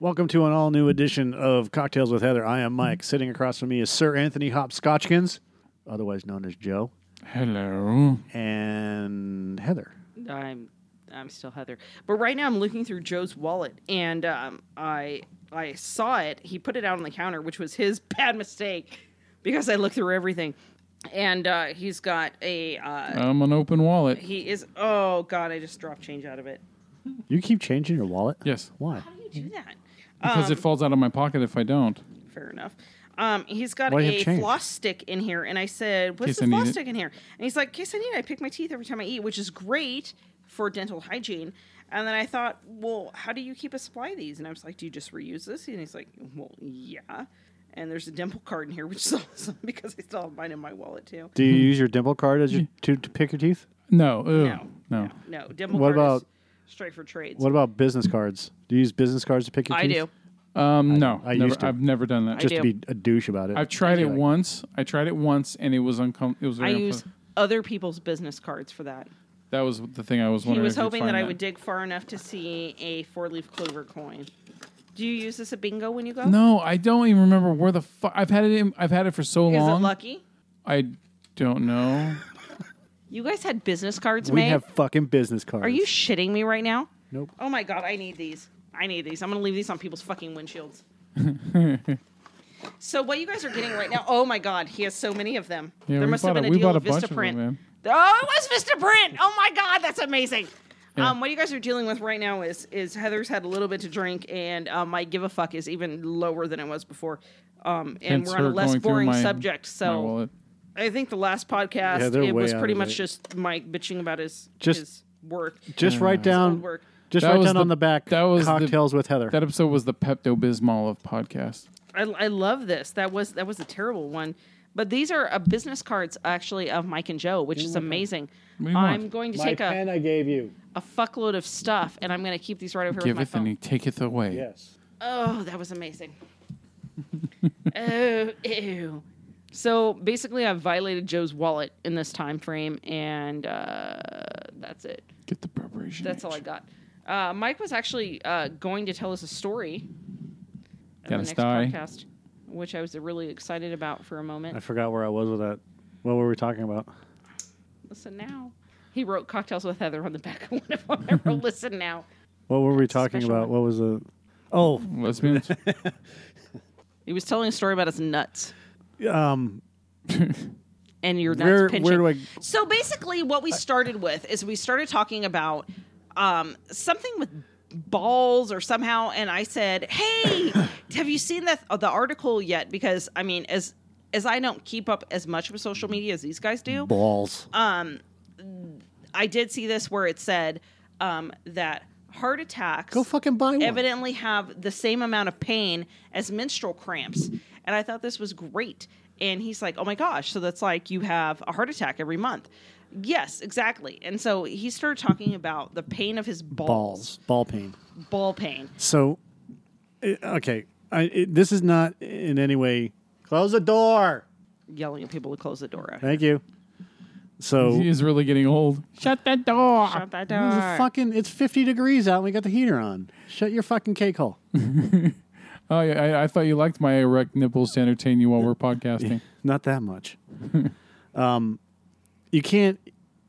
Welcome to an all new edition of Cocktails with Heather. I am Mike. Sitting across from me is Sir Anthony Hopscotchkins, otherwise known as Joe, Hello. and Heather. I'm I'm still Heather. But right now I'm looking through Joe's wallet and um, I I saw it. He put it out on the counter, which was his bad mistake because I looked through everything. And uh, he's got a uh, I'm an open wallet. he is oh god, I just dropped change out of it. You keep changing your wallet? Yes. Why? How do you do that? Because Um, it falls out of my pocket if I don't. Fair enough. Um, he's got Why you a have change? floss stick in here, and I said, Case "What's I the need floss it." stick in here?" And he's like, "Case I need it. I pick my teeth every time I eat, which is great for dental hygiene." And then I thought, "Well, how do you keep a supply of these?" And I was like, "Do you just reuse this?" And he's like, "Well, yeah." And there's a dental card in here, which is awesome because I still have mine in my wallet too. Do you use your dimple card as your, to, to pick your teeth? No. Ew. No, No. no, dental What card is about- straight for trades. What about business cards? Do you use business cards to pick your I teeth? do. Um, no. I never, used to. I've never done that. I Just do. to be a douche about it. I've tried it like- once. I tried it once, and it was uncomfortable. It was I very. use uncom- other people's business cards for that. that was the thing I was He wondering. was if you'd hoping that find I would dig far enough to see a four leaf clover coin. Do you use this at bingo when you go? No, I don't even remember where the fuck. I've had it. In, I've had it for so Is long. it lucky? I don't know. You guys had business cards We made? have fucking business cards. Are you shitting me right now? Nope. Oh my god, I need these. I need these. I'm gonna leave these on people's fucking windshields. so what you guys are getting right now? Oh my god, he has so many of them. Yeah, there we must have bought a- been a we deal bought of a bunch of Vista them, Print. man. oh, it was Vista Print. Oh my god, that's amazing. Yeah. Um, what you guys are dealing with right now is is Heather's had a little bit to drink, and um, my give a fuck is even lower than it was before. Um, and Hence we're on a her less going through boring my- subject, My so wallet. I think the last Yeah, podcast they're it way was out pretty of much it. just Mike bitching about his Just- his work. Just write old down. work. Just Uh, That write was down the- on the back. that was the- cocktails with Heather. That episode was the Pepto Bismol of podcast. I, I love this. That was that was a terrible one, but these are uh, business cards actually of Mike and Joe, which is amazing. What do you I'm want? going to take a, I gave you. a fuckload of stuff, and I'm going to keep these right over here with my Giveth and phone. he taketh away. Yes. Oh, that was amazing. oh, ew. So basically, I violated Joe's wallet in this time frame, and uh, that's it. Get the preparation. That's all I got. Uh, Mike was actually uh, going to tell us a story on the Got a next story. podcast, which I was really excited about for a moment. I forgot where I was with that. What were we talking about? Listen now. He wrote Cocktails with Heather on the back of one of them. I wrote Listen now. What were we talking special about? What was the? Oh, Lesbians. He was telling a story about his nuts um, and your nuts where pinching. where do I? So basically, what we started with is we started talking about um, something with balls or somehow, and I said, "Hey, have you seen that the article yet?" Because I mean, as as I don't keep up as much with social media as these guys do, Balls. I did see this where it said um, that heart attacks Go fucking buy one. evidently have the same amount of pain as menstrual cramps. And I thought this was great. And he's like, oh my gosh. So that's like you have a heart attack every month. Yes, exactly. And so he started talking about the pain of his balls, Balls. Ball pain. ball pain. So, i okay, I, it, this is not in any way. Close the door. Yelling at people to close the door. Thank you. So he is really getting old. Shut that door. Shut that it's door. a fucking it's fifty degrees out. and We got the heater on. Shut your fucking cake hole. Oh, yeah, I, I thought you liked my erect nipples to entertain you while we're podcasting. Not that much. um, you can't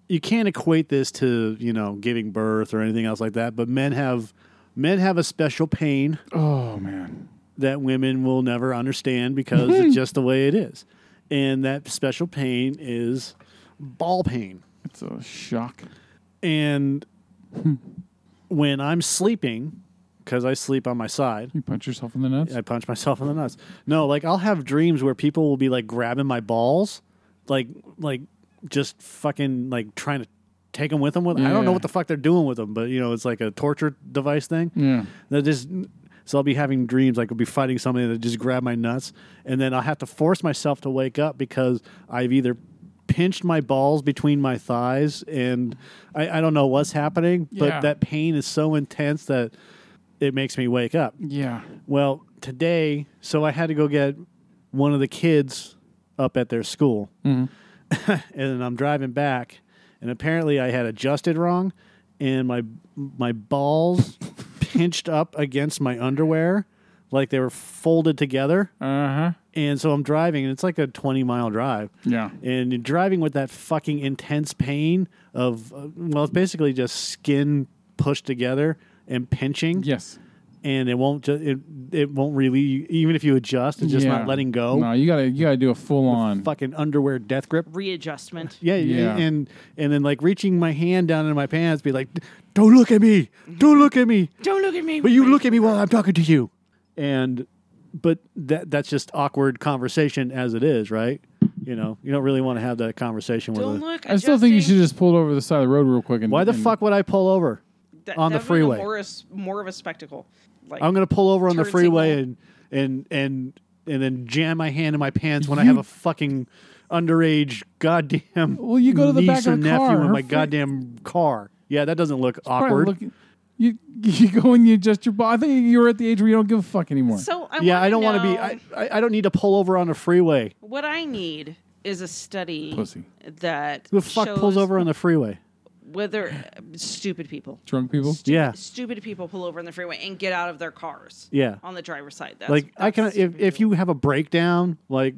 you can't equate this to you know giving birth or anything else like that. But men have men have a special pain Oh man, that women will never understand because it's just the way it is, and that special pain is ball pain. it's a shock. And Hmm. when I'm sleeping, because I sleep on my side, You punch yourself in the nuts. I punch myself in the nuts. No, like I'll have dreams where people will be like grabbing my balls, like like just fucking like trying to take them with them. With I don't know Yeah. what the fuck they're doing with them, but you know it's like a torture device thing. Yeah. They're just so I'll be having dreams like I'll be fighting somebody that just grabbed my nuts, and then I'll have to force myself to wake up because I've either pinched my balls between my thighs and I, I don't know what's happening, Yeah. but that pain is so intense that it makes me wake up. Yeah. Well, today, so I had to go get one of the kids up at their school, Mm-hmm. and I'm driving back, and apparently I had adjusted wrong, and my my balls pinched up against my underwear, like they were folded together. Uh huh. And so I'm driving, and it's like a 20 mile drive. Yeah. And you're driving with that fucking intense pain of, uh, well, it's basically just skin pushed together and pinching. Yes. And it won't just it it won't really even if you adjust, it's just Yeah. not letting go. No, you gotta you gotta do a full on. Fucking underwear death grip. readjustment. Yeah, Yeah. yeah. And and then like reaching my hand down into my pants, be like, "Don't look at me! Don't look at me!" Don't look at me. But you look at me while I'm talking to you. And but that that's just awkward conversation as it is, right? You know, you don't really want to have that conversation with. Don't a- look. I still think you adjusting. should just pull over to the side of the road real quick. And Why the and- fuck would I pull over? That- on the that would be freeway. More, is- more of a spectacle. Like I'm gonna pull over on the Turn freeway signal. and and and and then jam my hand in my pants when I have a fucking underage goddamn. Well, you go to the niece back or of the nephew car. in Her my fa- goddamn car. Yeah, that doesn't look Brian, awkward. look- you you go and you adjust your body. I think you're at the age where you don't give a fuck anymore. So I yeah, I don't want to be. I, I I don't need to pull over on the freeway. What I need is a study Pussy. that Who the fuck shows pulls over on the freeway? whether stupid people. Drunk people. Yeah, Stupid people pull over in the freeway and get out of their cars. Yeah. On the driver's side. That's, like I can. that's If if you have a breakdown, like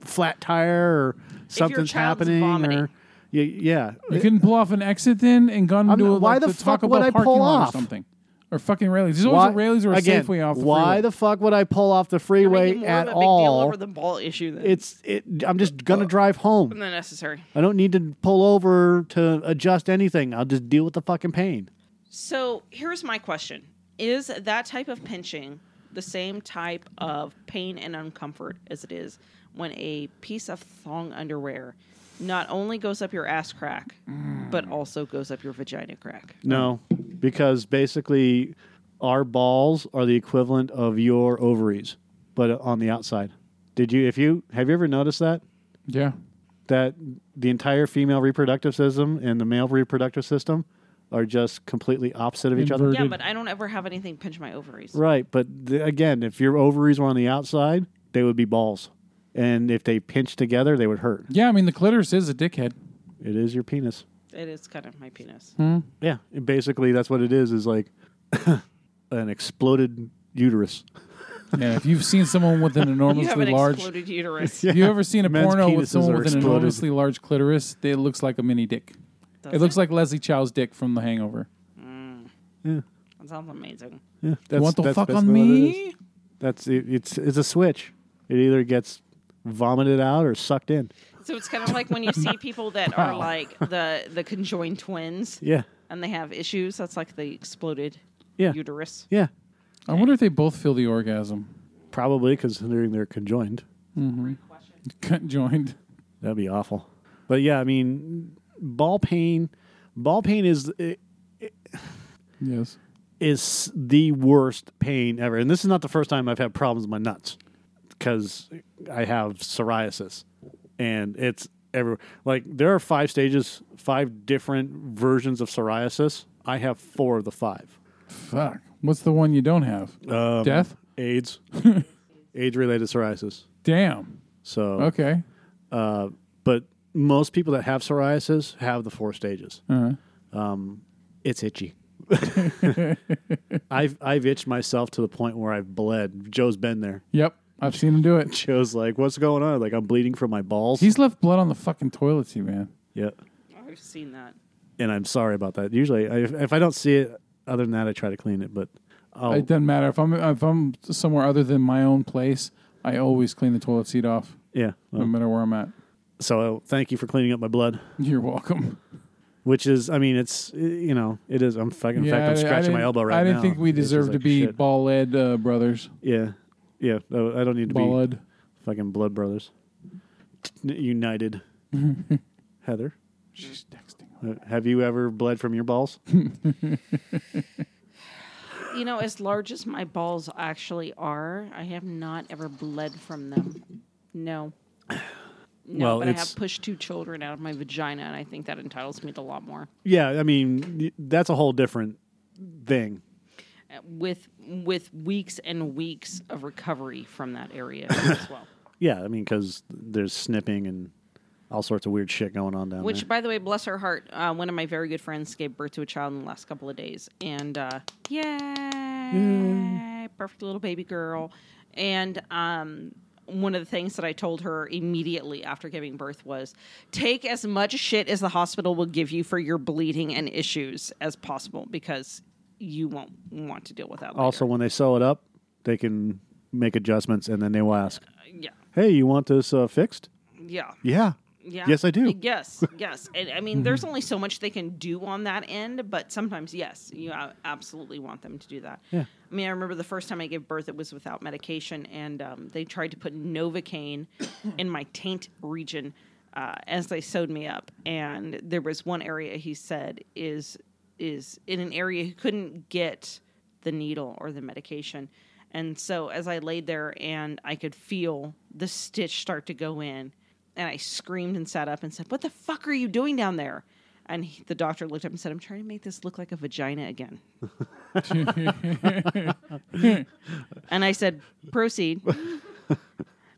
flat tire or something's child's happening, vomiting. or yeah, yeah. You couldn't pull off an exit then and gone I'm into not- a, why like, the fuck Taco would Bell I parking pull off? lot or something, or fucking railings. There's always a railings or a again, Safeway off the why freeway. the fuck would I pull off the You're making freeway more at of a big deal all? over the ball issue than, it's it. I'm just gonna drive home. than necessary. I don't need to pull over to adjust anything. I'll just deal with the fucking pain. So here's my question Is that type of pinching the same type of pain and uncomfort as it is when a piece of thong underwear not only goes up your ass crack, Mm. but also goes up your vagina crack? No, because basically our balls are the equivalent of your ovaries, but on the outside. Did you if you have you ever noticed that Yeah. that the entire female reproductive system and the male reproductive system are just completely opposite of each other? Yeah, Inverted. but I don't ever have anything pinch my ovaries. Right, but th- again, if your ovaries were on the outside, they would be balls. And if they pinched together, they would hurt. Yeah, I mean the clitoris is a dickhead. It is your penis. It is kind of my penis. Yeah, and basically that's what it is is like an exploded uterus. Yeah, if you've seen someone with an You have enormously an large, exploded uterus. if you ever seen a Men's porno with penises someone are with an exploded. enormously large clitoris, they- it looks like a mini dick. Does It looks like Leslie Chow's dick from The Hangover. That sounds amazing. Yeah, that's, You want the that's fuck on basically what it is. me? That's it, it's it's a switch. It either gets vomited out or sucked in. So it's kind of like when you see people that are like the the conjoined twins Yeah, and they have issues. That's like the exploded Yeah. uterus. yeah, I wonder if they both feel the orgasm. probably considering they're conjoined. Conjoined. That'd be awful. But yeah, I mean, ball pain. Ball pain is Yes. is the worst pain ever, and this is not the first time I've had problems with my nuts because I have psoriasis, and it's everywhere. Like there are five stages, five different versions of psoriasis. I have four of the five. Fuck. What's the one you don't have? Um, Death? AIDS, AIDS related psoriasis. Damn. So, Okay. uh, but most people that have psoriasis have the four stages. Uh-huh. It's itchy. I've I've itched myself to the point where I've bled. Joe's been there. Yep. I've seen him do it. Joe's like, "What's going on? Like I'm bleeding from my balls." He's left blood on the fucking toilet seat, man. yeah, I've seen that. and I'm sorry about that. Usually, I, if, if I don't see it, other than that, I try to clean it. But I'll, It doesn't matter if I'm if I'm somewhere other than my own place. I always clean the toilet seat off, yeah. no matter where I'm at. Mm. So uh, thank you for cleaning up my blood. You're welcome. Which is, I mean, it's you know, it is. I'm fucking. In fact, I'm I- I scratching my didn't- elbow right now. I didn't think we It's just deserve to like, be shit. ball led uh, brothers. Yeah, yeah. no, I don't need to Ball be led. fucking blood brothers. N- United. Heather, She's texting. uh, have you ever bled from your balls? You know, as large as my balls actually are, I have not ever bled from them. No. No, Well, but I it's- have pushed two children out of my vagina, and I think that entitles me to a lot more. yeah, I mean, y- that's a whole different thing. Uh, With with weeks and weeks of recovery from that area as well. Yeah, I mean, because there's snipping and all sorts of weird shit going on down Which, there. by the way, bless her heart, uh, one of my very good friends gave birth to a child in the last couple of days, and uh, yay, perfect little baby girl. And um, one of the things that I told her immediately after giving birth was, take as much shit as the hospital will give you for your bleeding and issues as possible, because you won't want to deal with that. Also, when they sew it up, they can make adjustments, and then they will ask, later. yeah, "Hey, you want this uh, fixed?" yeah. Yeah. Yeah. Yes, I do. Mm-hmm. Yes, yes. And, I mean, there's only so much they can do on that end, but sometimes, yes, you a- absolutely want them to do that. Yeah. I mean, I remember the first time I gave birth, it was without medication, and um, they tried to put Novocaine in my taint region uh, as they sewed me up. And there was one area he said is is in an area he couldn't get the needle or the medication. And so as I laid there and I could feel the stitch start to go in, and I screamed and sat up and said, "What the fuck are you doing down there?" And he, the doctor looked up and said, "I'm trying to make this look like a vagina again." and I said, "Proceed." But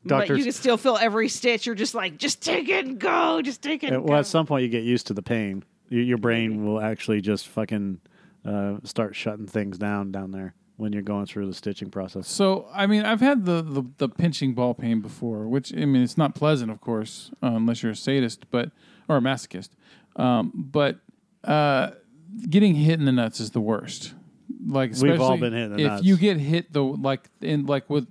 Doctors- you can still feel every stitch. You're just like, just take it and go. Just take it. Uh, And Well, go. at some point, you get used to the pain. Your, your brain will actually just fucking uh, start shutting things down down there when you're going through the stitching process. So I mean, I've had the, the the pinching ball pain before, which I mean, it's not pleasant, of course, uh, unless you're a sadist, but or a masochist. Um, but uh, getting hit in the nuts is the worst. Like We've all especially been hit in the if nuts. you get hit though, like in like with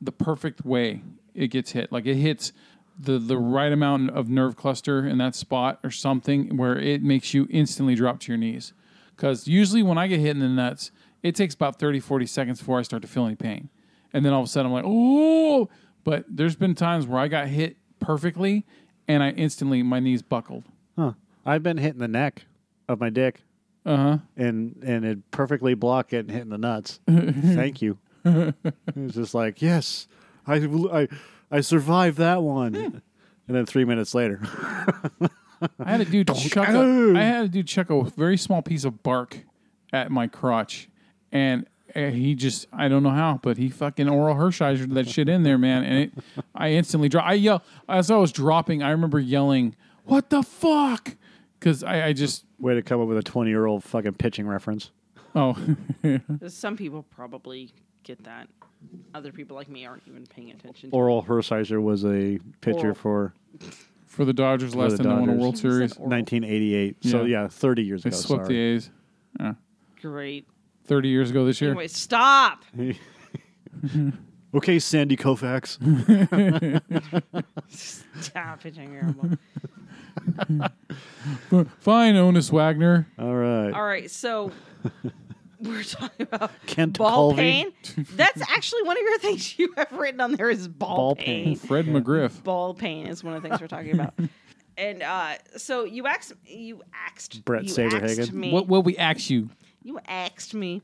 the perfect way it gets hit, like it hits the the right amount of nerve cluster in that spot or something where it makes you instantly drop to your knees. Because usually when I get hit in the nuts, it takes about 30, 40 seconds before I start to feel any pain. And then all of a sudden I'm like, oh, but there's been times where I got hit perfectly and I instantly, my knees buckled. Huh. I've been hitting the neck of my dick, Uh huh. and and it perfectly blocked getting hit in the nuts. Thank you. It's just like yes, I I I survived that one. And then three minutes later, I had a dude chuck. A, go. I had a dude chuck a very small piece of bark at my crotch, and uh, he just I don't know how, but he fucking Oral Hershiser that shit in there, man, and it I instantly drop. I yell as I was dropping. I remember yelling, "What the fuck?" Because I, I just way to come up with a twenty-year-old fucking pitching reference. oh some people probably get that. Other people like me aren't even paying attention. to Oral Hersizer was a pitcher Oral. for for the Dodgers last the time they won a Dodgers. World He said Series, Oral. 1988. So Yeah. yeah, 30 years they ago. swept sorry. the A's. Yeah. Great. Thirty years ago this year. Anyway, stop. Okay, Sandy Koufax. Stop pitching your elbow. Fine, Onus Wagner. All right. All right, so we're talking about Kent ball Colvey. pain. That's actually one of your things you have written on there is ball, Ball pain. pain. Fred McGriff. Ball pain is one of the things we're talking about. And uh, so you asked, you asked Brett you Saberhagen. asked me, What will we ask you? you asked me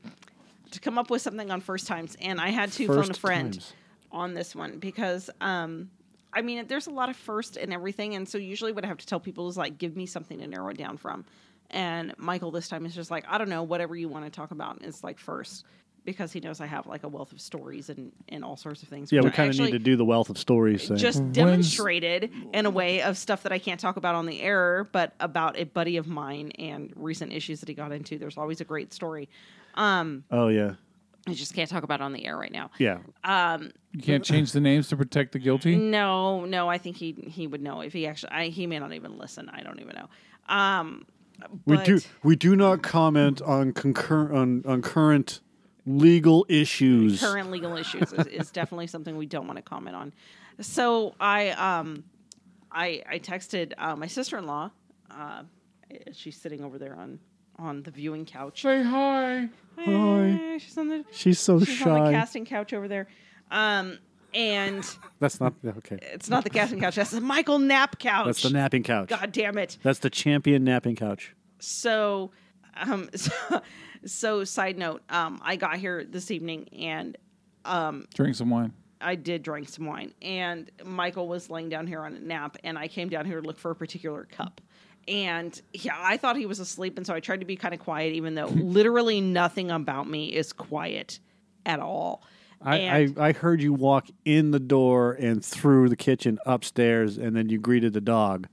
to come up with something on first times, and I had to phone a First friend times. on this one because, um, I mean, there's a lot of first and everything, and so usually what I have to tell people is like, give me something to narrow it down from. And Michael this time is just like, I don't know, whatever you want to talk about is like first because he knows I have like a wealth of stories and and all sorts of things. Yeah, which we I kind of actually- need to do the wealth of stories thing. just When's- demonstrated in a way of stuff that I can't talk about on the air, but about a buddy of mine and recent issues that he got into. There's always a great story. oh yeah, I just can't talk about it on the air right now. yeah. You can't change the names to protect the guilty. Mm. No, no, I think he he would know if he actually. I, he may not even listen. I don't even know. Um, we but- do. We do not comment on concur on, on current legal issues. current legal issues is, is definitely something we don't want to comment on. So I um I I texted uh, my sister in law. Uh, she's sitting over there on on the viewing couch. Say hi. Hi. Eh, She's on the She's so she's on the shy. casting couch over there. Um and That's not yeah, okay. it's not the casting couch. That's the Michael Knapp couch. That's the napping couch. God damn it. That's the champion napping couch. so um so, so side note um i got here this evening and Drink some wine. i did drink some wine and michael was laying down here on a nap and i came down here to look for a particular cup and yeah i thought he was asleep and so i tried to be kind of quiet even though literally nothing about me is quiet at all I, And- I, I heard you walk in the door and through the kitchen upstairs, and then you greeted the dog.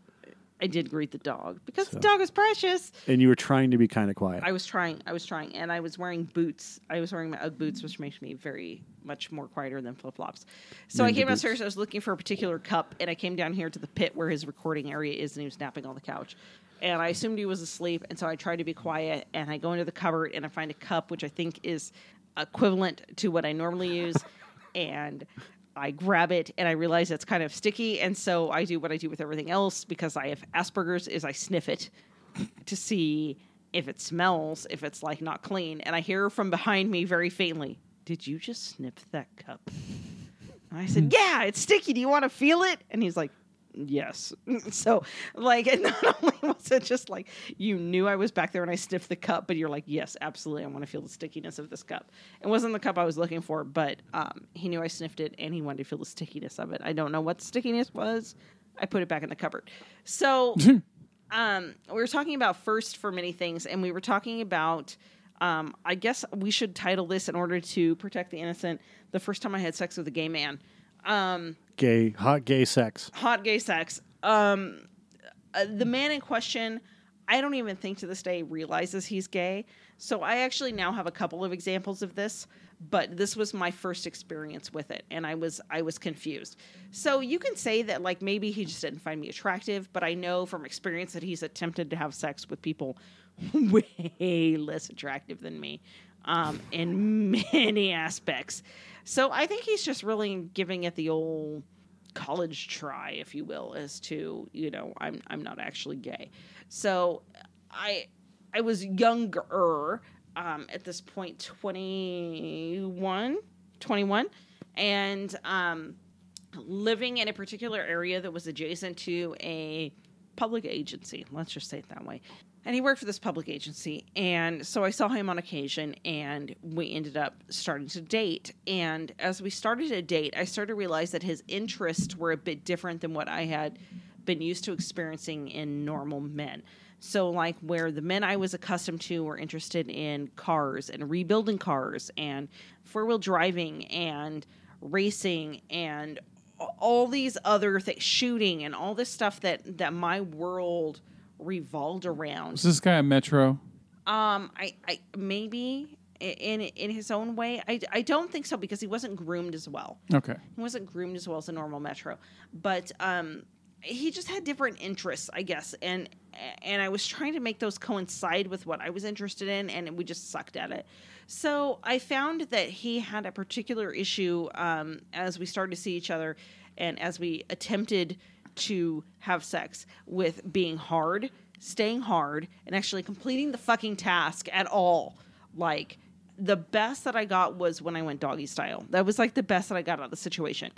I did greet the dog because the dog is precious. and you were trying to be kind of quiet. I was trying. I was trying, and I was wearing boots. I was wearing my UGG boots, which makes me very much more quieter than flip flops. So I Ninja came boots. downstairs. I was looking for a particular cup, and I came down here to the pit where his recording area is, and he was napping on the couch. And I assumed he was asleep, and so I tried to be quiet. And I go into the cupboard and I find a cup, which I think is equivalent to what I normally use, and. I grab it and I realize it's kind of sticky, and so I do what I do with everything else because I have Asperger's: is I sniff it to see if it smells, if it's like not clean. And I hear from behind me very faintly, Did you just snip that cup? And I said, Yeah, it's sticky. Do you want to feel it? And he's like, Yes. So, like, and not only was it just like you knew I was back there and I sniffed the cup, but you're like, Yes, absolutely. I want to feel the stickiness of this cup. It wasn't the cup I was looking for, but um, he knew I sniffed it and he wanted to feel the stickiness of it. I don't know what the stickiness was. I put it back in the cupboard. So, um, we were talking about first for many things, and we were talking about. Um, I guess we should title this in order to protect the innocent. The first time I had sex with a gay man, um, gay, hot gay sex. hot gay sex. Um, uh, the man in question, I don't even think to this day realizes he's gay. So I actually now have a couple of examples of this, but this was my first experience with it, and I was I was confused. So you can say that like maybe he just didn't find me attractive, but I know from experience that he's attempted to have sex with people way less attractive than me um, in many aspects. So I think he's just really giving it the old college try, if you will, as to you know I'm I'm not actually gay. So I I was younger um, at this point, 21, 21, and um, living in a particular area that was adjacent to a public agency. Let's just say it that way. And he worked for this public agency. And so I saw him on occasion, and we ended up starting to date. And as we started to date, I started to realize that his interests were a bit different than what I had been used to experiencing in normal men. So, like, where the men I was accustomed to were interested in cars and rebuilding cars and four wheel driving and racing and all these other things, shooting and all this stuff that that my world revolved around. Was this guy a Metro? Um, I, I maybe i- in in his own way, I, I don't think so because he wasn't groomed as well. Okay. He wasn't groomed as well as a normal metro, but um, he just had different interests, I guess, and and I was trying to make those coincide with what I was interested in, and we just sucked at it. So I found that he had a particular issue um, as we started to see each other, and as we attempted to have sex with being hard, staying hard, and actually completing the fucking task at all, like the best that I got was when I went doggy style. That was like the best that I got out of the situation.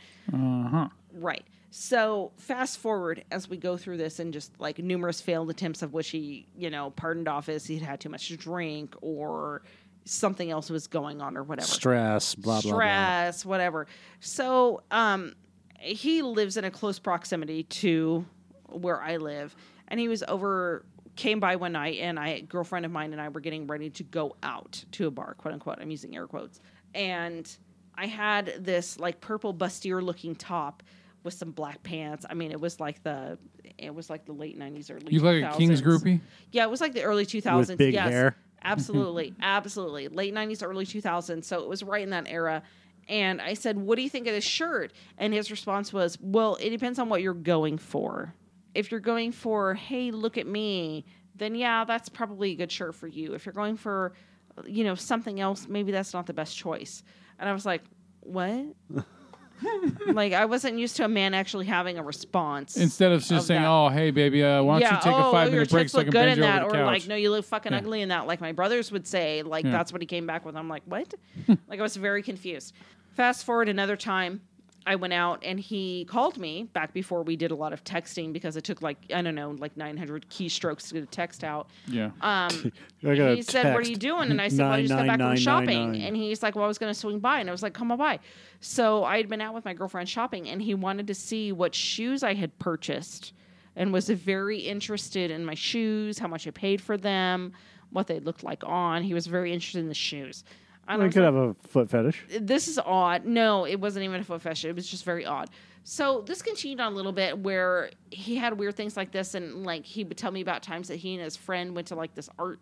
Right. So fast forward as we go through this and just like numerous failed attempts of which he, you know, pardoned office, he'd had too much to drink or something else was going on or whatever Stress, blah, blah, blah. stress, whatever. So um, he lives in a close proximity to where I live, and he was over came by one night, and I girlfriend of mine and I were getting ready to go out to a bar, quote unquote. I'm using air quotes, and I had this like purple bustier looking top with some black pants. I mean, it was like the it was like the late '90s, early You like a Kings 2000s. groupie? Yeah, it was like the early 2000s. big yes. hair. Absolutely. absolutely. Late 90s, early 2000s. So it was right in that era. And I said, What do you think of this shirt? And his response was, Well, it depends on what you're going for. If you're going for, Hey, look at me, then yeah, that's probably a good shirt for you. If you're going for, you know, something else, maybe that's not the best choice. And I was like, What? like, I wasn't used to a man actually having a response. Instead of just Of saying, that. "Oh, hey, baby, uh, why don't you take a five oh, your minute break tits so I can look good bend in you that, over the or couch"? like, no, you look fucking ugly in that. Like my brothers would say, like Yeah. that's what he came back with. I'm like, what? like I was very confused. Fast forward another time, I went out and he called me back before we did a lot of texting because it took like I don't know, like 900 keystrokes to get a text out. yeah. Um, I got a he said, "What are text. you doing?" And I said, "Well, I just got back from 99999. shopping." And he's like, "Well, I was going to swing by," and I was like, "Come on by." So I had been out with my girlfriend shopping, and he wanted to see what shoes I had purchased, and was very interested in my shoes, how much I paid for them, what they looked like on. He was very interested in the shoes. And I We was could like, have a foot fetish. this is odd. No, it wasn't even a foot fetish. It was just very odd. So this continued on a little bit where he had weird things like this, and like he would tell me about times that he and his friend went to like this art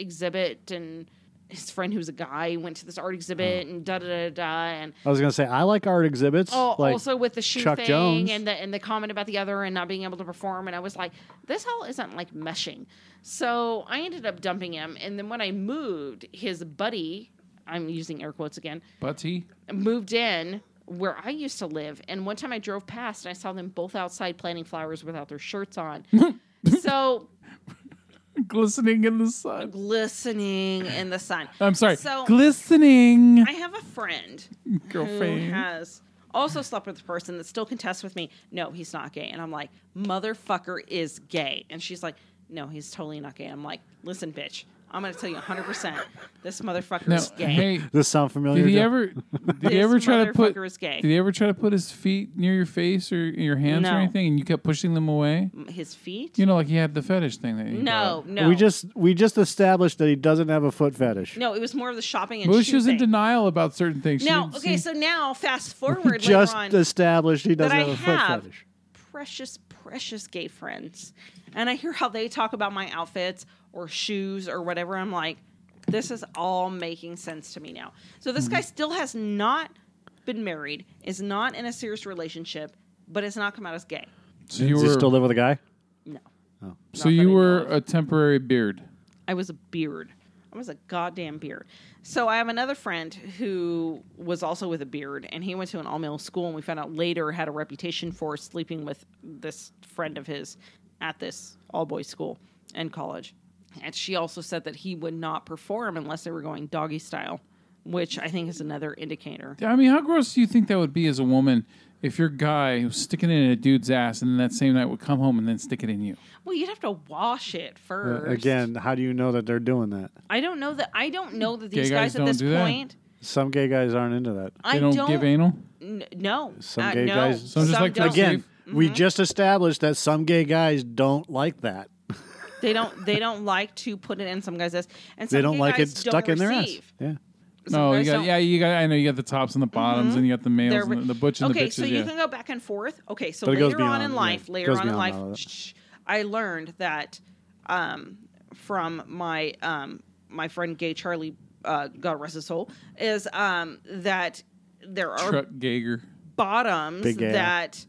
exhibit, and his friend who's a guy went to this art exhibit, Oh. and da da da da, and I was gonna say I like art exhibits. Oh, like, also with the shoe Chuck thing Jones. and the and the comment about the other and not being able to perform, and I was like, this all isn't like meshing. So I ended up dumping him, and then when I moved, his buddy, I'm using air quotes again, Butty. moved in where I used to live, and one time I drove past and I saw them both outside planting flowers without their shirts on. so Glistening in the sun. glistening in the sun. I'm sorry. So Glistening. I have a friend who Girlfriend. has also slept with a person that still contests with me. No, he's not gay, and I'm like, motherfucker is gay, and she's like, no, he's totally not gay. I'm like, listen, bitch, I'm gonna tell you 100 percent this motherfucker Now, is gay. hey, does this sound familiar? did he Jeff? ever? Did he This ever try to put? motherfucker is gay. Did he ever try to put his feet near your face or your hands No. or anything, and you kept pushing them away? His feet? You know, like he had the fetish thing that. you no, brought up. no. We just we just established that he doesn't have a foot fetish. no. It was more of the shopping and Well, shoe she was in thing. denial about certain things. She Now, didn't okay, see- so now fast forward just later on established he that doesn't I have a foot have fetish. precious, precious gay friends, and I hear how they talk about my outfits or shoes or whatever. I'm like, this is all making sense to me now. So Mm-hmm. this guy still has not been married, is not in a serious relationship, but has not come out as gay. so you Does he were still live with a guy? No, so Not that I you know were of. a temporary beard. I was a beard. I was a goddamn beard. So I have another friend who was also with a beard, and he went to an all male school, and we found out later had a reputation for sleeping with this friend of his at this all boys school and college. And she also said that he would not perform unless they were going doggy style, which I think is another indicator. I mean, how gross do you think that would be as a woman if your guy was sticking it in a dude's ass and then that same night would come home and then stick it in you? Well, you'd have to wash it Uh, first. Again, how do you know that they're doing that? I don't know that. I don't know that Gay these guys guys, at don't this do that? point. Some gay guys aren't into that. They I don't, give anal. N- no. Some Uh, gay no. guys- Some just like to don't. get- Again, we Mm-hmm. just established that some gay guys don't like that. They don't. They don't like to put it in some guys' ass, and some They don't gay like it guys stuck don't in their ass. receive. Yeah. Some No, you guys got don't. yeah, you got. I know you got the tops and the bottoms, and you got the males, Mm-hmm. They're- and the, the butch and okay, the bitches. so you yeah. can go back and forth. Okay, so But it goes later on beyond- in yeah, life, it later goes on in beyond life, all of it. shh, I learned that um, from my um, my friend Gay Charlie, uh, God rest his soul, is um, that there are Truck Gager. bottoms Big ale. that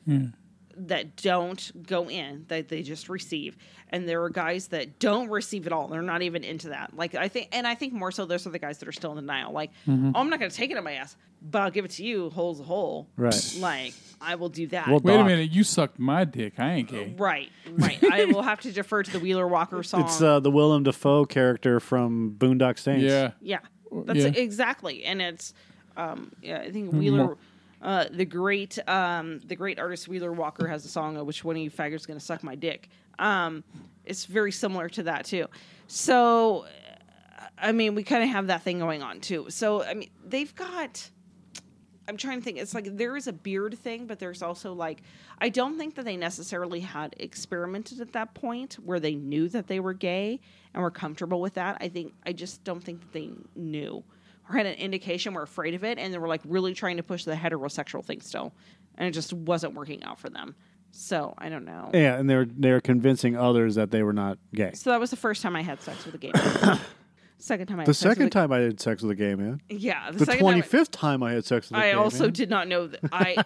that don't go in that they just receive and there are guys that don't receive at all they're not even into that like i think and i think more so those are the guys that are still in denial like oh i'm not going to take it in my ass but i'll give it to you hole's a hole Right. like i will do that Well, Wait a Doc. minute, you sucked my dick. I ain't gay. right right i will have to defer to the wheeler walker song It's uh, the Willem Dafoe character from Boondock Saints. Yeah. Yeah, that's yeah. exactly, and it's um, yeah, I think Wheeler, uh, the great um, the great artist Wheeler Walker has a song of which one of you faggots gonna suck my dick. Um, it's very similar to that too. So, uh, I mean, we kind of have that thing going on too. So, I mean, they've got. I'm trying to think. It's like there is a beard thing, but there's also like I don't think that they necessarily had experimented at that point where they knew that they were gay and were comfortable with that. I think I just don't think that they knew or had an indication were afraid of it and they were like really trying to push the heterosexual thing still. And it just wasn't working out for them. So I don't know. Yeah, and they're they're convincing others that they were not gay. So that was the first time I had sex with a gay man. second time I had The sex with second a- time I had sex with a gay man. Yeah. The, The second time I- twenty fifth time I had sex with a I gay also man. did not know that I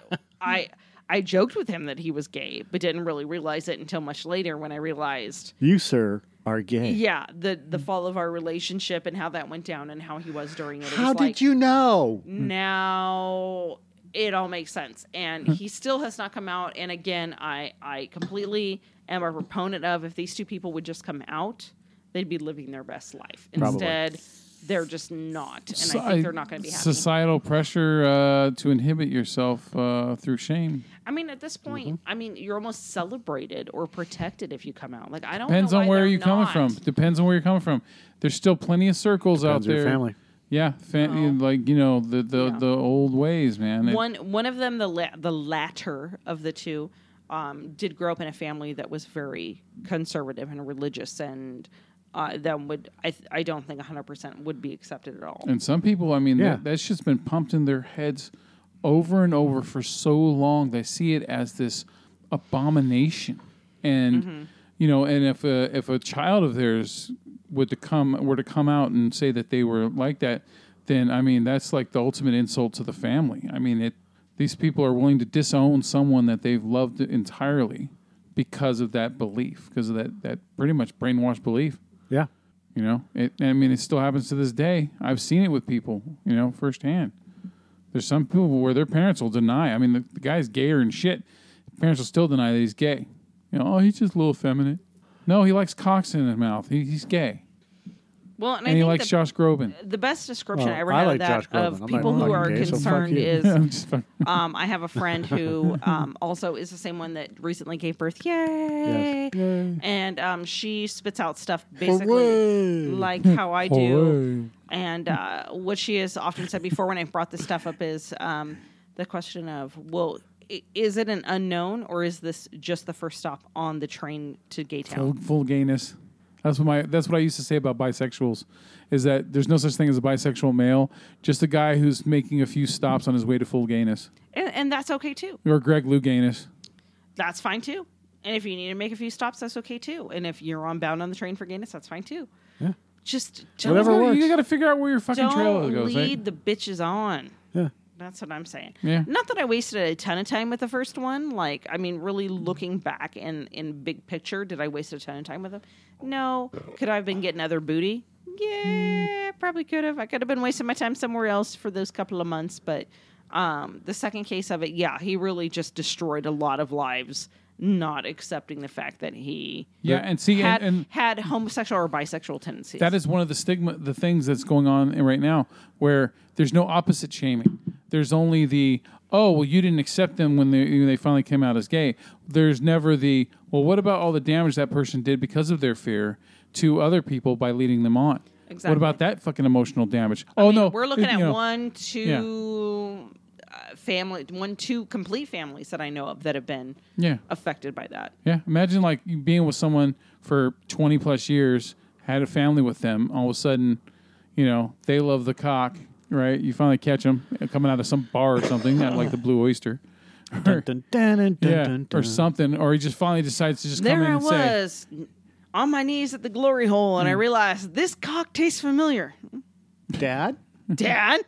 I I joked with him that he was gay, but didn't really realize it until much later when I realized You sir are gay. yeah, the the Mm. fall of our relationship and how that went down and how he was during it. It How was did like, you know? now it all makes sense and he still has not come out and again i i completely am a proponent of if these two people would just come out they'd be living their best life Probably. instead they're just not and So- i think they're not going to be happy Societal pressure uh, to inhibit yourself uh, through shame i mean at this point Mm-hmm. i mean you're almost celebrated or protected if you come out like i don't depends know on why where they're you're coming not. from. Depends on where you're coming from. There's still plenty of circles Depends out on there. your family. Yeah, fam- like you know the the, Yeah. the old ways, man. It- one one of them the la- the latter of the two um, did grow up in a family that was very conservative and religious and uh, then would I, th- I don't think 100% would be accepted at all. And some people, I mean, Yeah. that, that shit's been pumped in their heads over and over for so long. They see it as this abomination, and you know, and if a if a child of theirs would to come were to come out and say that they were like that, then I mean, that's like the ultimate insult to the family. I mean, it these people are willing to disown someone that they've loved entirely because of that belief, because of that that pretty much brainwashed belief. Yeah. You know, it. I mean, it still happens to this day. I've seen it with people. You know, firsthand. There's some people where their parents will deny. I mean, the, the guy's gayer and shit. Parents will still deny that he's gay. You know, oh, he's just a little effeminate. No, he likes cocks in his mouth. He, he's gay, Well, and, I and he think likes the, Josh Groban. the best description Well, I ever I had like of that Josh Groban. I'm of not people who fucking are gay, so fuck concerned you. is I'm just fucking, um, I have a friend who um, also is the same one that recently gave birth. Yay! And um, she spits out stuff basically Hooray. like how I do. Hooray. And uh, what she has often said before when I brought this stuff up is um, the question of, well, i- is it an unknown or is this just the first stop on the train to Gay full, Town? full gayness. That's what my that's what I used to say about bisexuals is that there's no such thing as a bisexual male, just a guy who's making a few stops on his way to full gayness. And, and that's okay too. Or Greg Lou gayness. That's fine too. And if you need to make a few stops, that's okay too. And if you're on bound on the train for gayness, that's fine too. Yeah. Just Whatever don't- You gotta- works. You got to figure out where your fucking don't trail goes. lead Right? the bitches on. Yeah. That's what I'm saying. Yeah. Not that I wasted a ton of time with the first one. Like, I mean, really looking back and in big picture, did I waste a ton of time with them? No. Could I have been getting other booty? Yeah, probably could have. I could have been wasting my time somewhere else for those couple of months. But um, the second case of it, yeah, he really just destroyed a lot of lives, not accepting the fact that he Yeah, and see, had, and, and had homosexual or bisexual tendencies. that is one of the stigma, the things that's going on right now, where there's no opposite shaming. There's only the oh well, you didn't accept them when they when they finally came out as gay. There's never the well, what about all the damage that person did because of their fear to other people by leading them on? What Exactly. about that fucking emotional damage? oh mean, no, we're looking you at know, one, two uh, family, one, two complete families that I know of that have been Yeah. affected by that. Yeah, imagine like you being with someone for twenty plus years, had a family with them. All of a sudden, you know they love the cock, right? You finally catch them coming out of some bar or something, not like the Blue Oyster, Dun, or, dun, dun, dun, yeah, dun, or dun. something, or he just finally decides to just come in There I and say, Mm. was on my knees at the glory hole, and I realized this cock tastes familiar. Dad? Dad,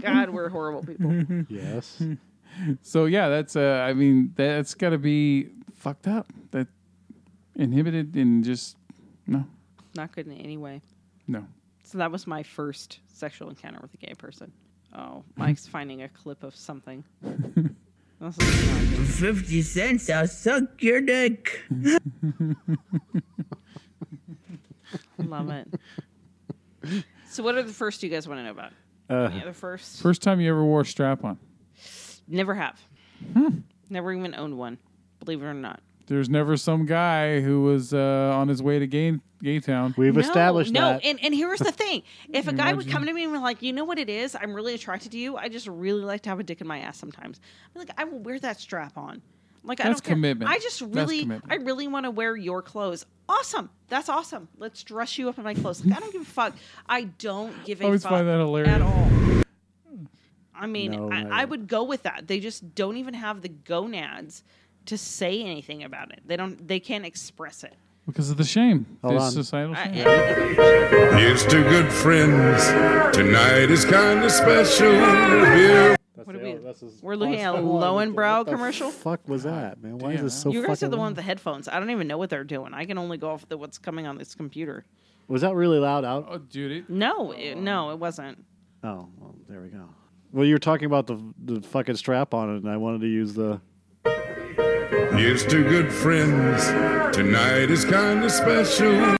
God, we're horrible people. Yes. So yeah, that's uh, I mean that's got to be fucked up. That inhibited and just no, Not good in any way. no. So that was my first sexual encounter with a gay person. Oh, Mike's finding a clip of something. This is not good. 50 cents, I'll suck your dick. Love it. So, what are the first you guys want to know about? Uh, Any other first? First time you ever wore a strap on. Never have. Never even owned one. Believe it or not. There's never some guy who was uh, on his way to Gay Gay Town. We've no, established no. that. And and here's the thing: if a guy would Imagine. come to me and be like, "You know what it is? I'm really attracted to you. I just really like to have a dick in my ass sometimes." I'm like, I will wear that strap on. Like I That's don't care. commitment. I just That's really, commitment. I really want to wear your clothes. Awesome. That's awesome. Let's dress you up in my clothes. Like, I don't give a fuck. I don't give I a always fuck find that hilarious. Hmm. at all. I mean, No, no. I, I would go with that. They just don't even have the gonads to say anything about it. They don't. They can't express it. Because of the shame. Hold There's on. societal I- shame. Here's to good friends. Tonight is kind of special. Here What are we- we're looking at a low and and brow commercial? fuck was that, man? Why is Damn, this so you guys are fucking the one loud? with the headphones. I don't even know what they're doing. I can only go off the what's coming on this computer. Was that really loud out? Oh, dude. It, No, it, no, it wasn't. Oh, well, there we go. Well, you were talking about the the fucking strap on it, and I wanted to use the. Here's to good friends. Tonight is kind of special.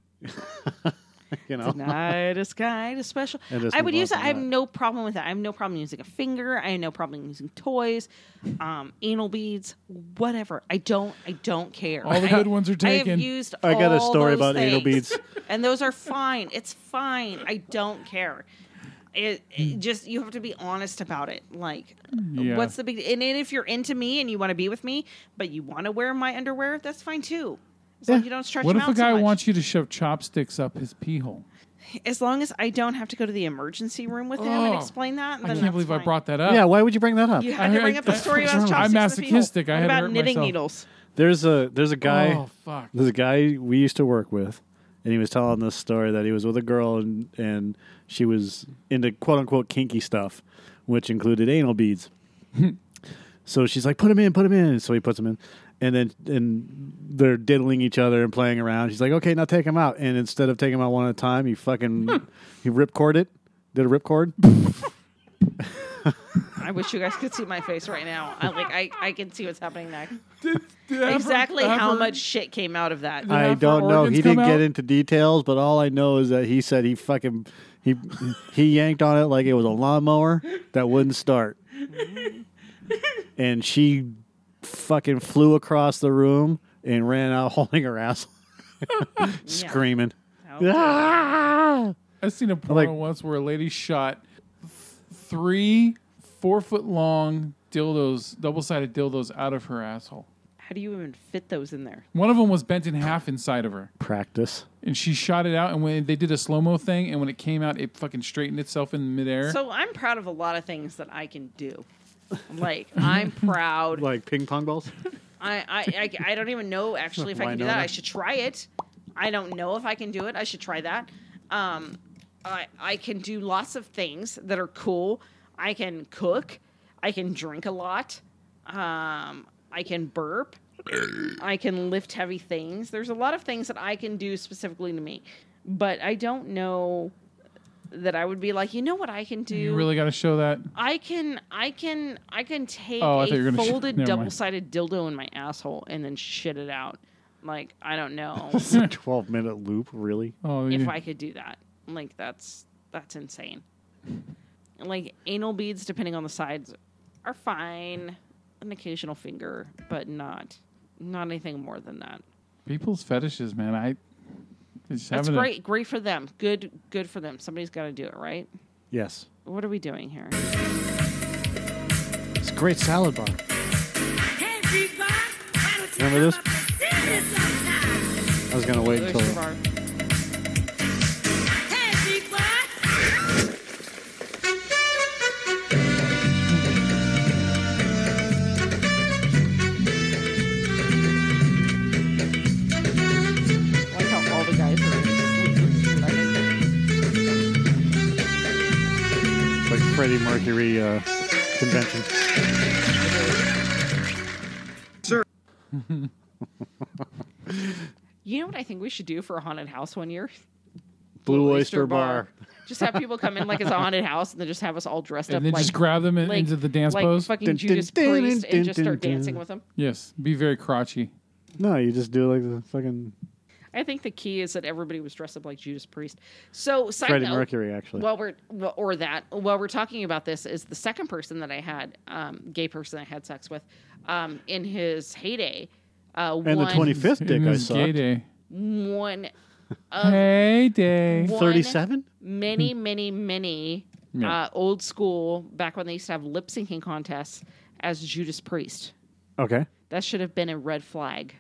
You know, Tonight is kind of special. And let's I would move on use it. from I have that. no problem with that. I have no problem using a finger. I have no problem using toys, um, anal beads, whatever. I don't. I don't care. All the I- good ones are I have taken. used. I got a all story those about anal things. beads. and those are fine. It's fine. I don't care. it, it just you have to be honest about it. Like, Yeah. what's the big? And then if you're into me and you want to be with me, but you want to wear my underwear, that's fine too. As long as you don't stretch What them if out a guy so much. wants you to shove chopsticks up his pee hole? As long as I don't have to go to the emergency room with him and Oh, explain that, I then can't that's believe I fine. brought that up. yeah, why would you bring that up? You I had to heard- bring up the that's story what's about wrong. I'm chopsticks. and the people. masochistic. I What had to about hurt knitting myself. needles. There's a there's a guy. Oh fuck. There's a guy we used to work with, and he was telling this story that he was with a girl and and she was into quote unquote kinky stuff, which included anal beads. so she's like, "Put him in, put him in." So he puts him in, and then and they're diddling each other and playing around. She's like, "Okay, now take him out." And instead of taking him out one at a time, he Hmm. fucking he ripcord it. Did a ripcord? I wish you guys could see my face right now. I like I, I can see what's happening next. Did I ever- Exactly ever- how much shit came out of that. that I her don't know. organs He come didn't get out? into details, but all I know is that he said he fucking he he yanked on it like it was a lawnmower that wouldn't start, and she fucking flew across the room and ran out holding her ass, screaming. Ah! I seen a porno Like- once where a lady shot th- three four foot long dildos, double sided dildos, out of her asshole. How do you even fit those in there? One of them was bent in half inside of her, Practice. and she shot it out. And when they did a slow mo thing, and when it came out, it fucking straightened itself in midair. So I'm proud of a lot of things that I can do. Like I'm proud. Like ping pong balls. I, I I I don't even know actually if I can do that. Winona. I should try it. I don't know if I can do it. I should try that. Um, I I can do lots of things that are cool. I can cook. I can drink a lot. Um, I can burp. I can lift heavy things. There's a lot of things that I can do specifically to me, but I don't know that I would be like, you know what I can do. you really got to show that. I can, I can, I can take Oh, I thought you were a gonna sh- folded never mind. double-sided dildo in my asshole and then shit it out. Like I don't know Twelve minute loop. Really? Oh, if you- I could do that. Like that's that's insane. Like anal beads, depending on the size, are fine. An occasional finger, but not not anything more than that. people's fetishes, man. I it's That's having a- great, great for them. Good, good for them. Somebody's got to do it, right? Yes. What are we doing here? It's a great salad bar. Remember this? I was gonna wait until Oyster bar. I like how all the guys are. sleeveless leggings. like Freddie Mercury uh, convention. You know what I think we should do for a haunted house one year? Blue Oyster bar. Just have people come in like it's a haunted house, and then just have us all dressed up and then like just grab them and like, into the dance like pose. fucking Dun, dun, Judas dun, Priest, dun, and just start dun, dancing dun. with them. yes, be very crotchy. No, you just do like the fucking I think the key is that everybody was dressed up like Judas Priest. So side Freddie note, Mercury, actually. While we're wh- or that while we're talking about this is the second person that I had, um, gay person I had sex with, um, in his heyday. Uh, and the won- twenty fifth dick It I was gay sucked. day. won Uh, Hey day. won Thirty seven. many, many, many Hmm. Yeah. uh, old school back when they used to have lip syncing contests as Judas Priest. Okay. That should have been a red flag.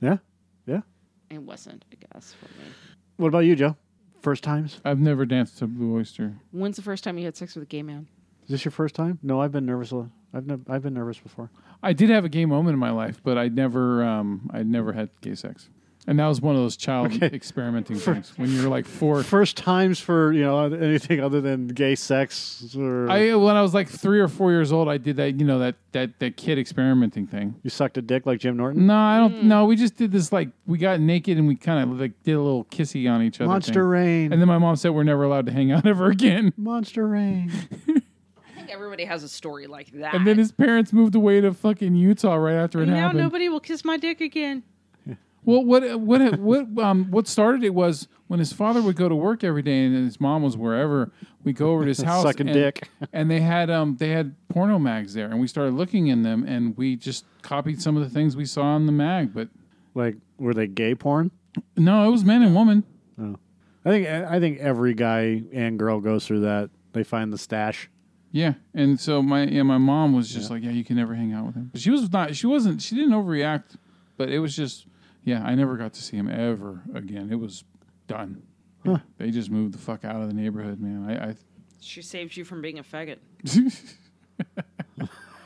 Yeah. Yeah. It wasn't, I guess, for me. What about you, Joe? First times? I've never danced to Blue Oyster. When's the first time you had sex with a gay man? Is this your first time? No, I've been nervous. a lot. I've ne- I've been nervous before. I did have a gay moment in my life, but I never, um, I never had gay sex, and that was one of those child experimenting things when you were like four. First times for you know anything other than gay sex or I when I was like three or four years old, I did that, you know, that that that kid experimenting thing. you sucked a dick like Jim Norton. No, I don't. Hmm. No, we just did this like we got naked and we kind of like did a little kissy on each other. Monster thing. Rain. And then my mom said we're never allowed to hang out ever again. Monster Rain. I think everybody has a story like that. And then his parents moved away to fucking Utah right after it now happened. nobody will kiss my dick again. Well, what what what um what started it was when his father would go to work every day and his mom was wherever. We go over to his house, Sucking and, dick. and they had um they had porno mags there, and we started looking in them, and we just copied some of the things we saw on the mag. But Like were they gay porn? no, it was men and woman. I think I think every guy and girl goes through that They find the stash. Yeah, and so my yeah, my mom was just like, yeah, you can never hang out with him. But she was not. She wasn't. She didn't overreact. But it was just yeah. I never got to see him ever again. It was done. They just moved the fuck out of the neighborhood, man. I, I She saved you from being a faggot.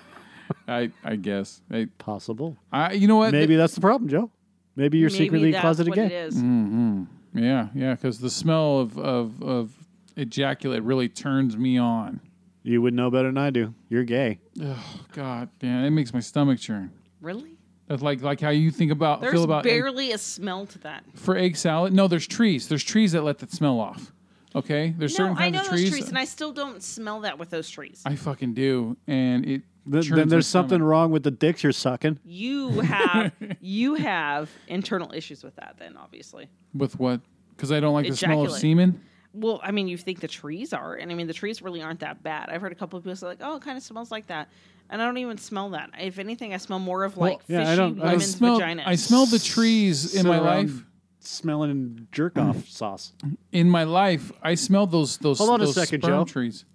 I, I guess. I, Possible. I, you know what? Maybe that's the problem, Joe. Maybe you're secretly that's closeted what gay. It is. Mm-hmm. Yeah, yeah. Because the smell of, of of ejaculate really turns me on. You would know better than I do. You're gay. God damn, it makes my stomach churn. Really? That's like like how you think about There's feel about egg- barely a smell to that. for egg salad. No, there's trees. There's trees that let that smell off. Okay, there's No, certain kinds I know of those trees. trees, and I still don't smell that with those trees. I fucking do, and it. Th- churns then my there's something stomach. wrong with the dicks you're sucking. You have you have internal issues with that, then obviously. with what? Because I don't like the smell of Ejaculate. semen. Well, I mean, you think the trees are, and I mean, the trees really aren't that bad. I've heard a couple of people say like, "Oh, it kind of smells like that," and I don't even smell that. If anything, I smell more of like yeah, I fishy don't- I don't I women's smell. vaginas. I smell the trees in Sit my around life. smelling jerk Mm. off sauce. In my life, I smell those those Hold on a those second, Joe. sperm trees.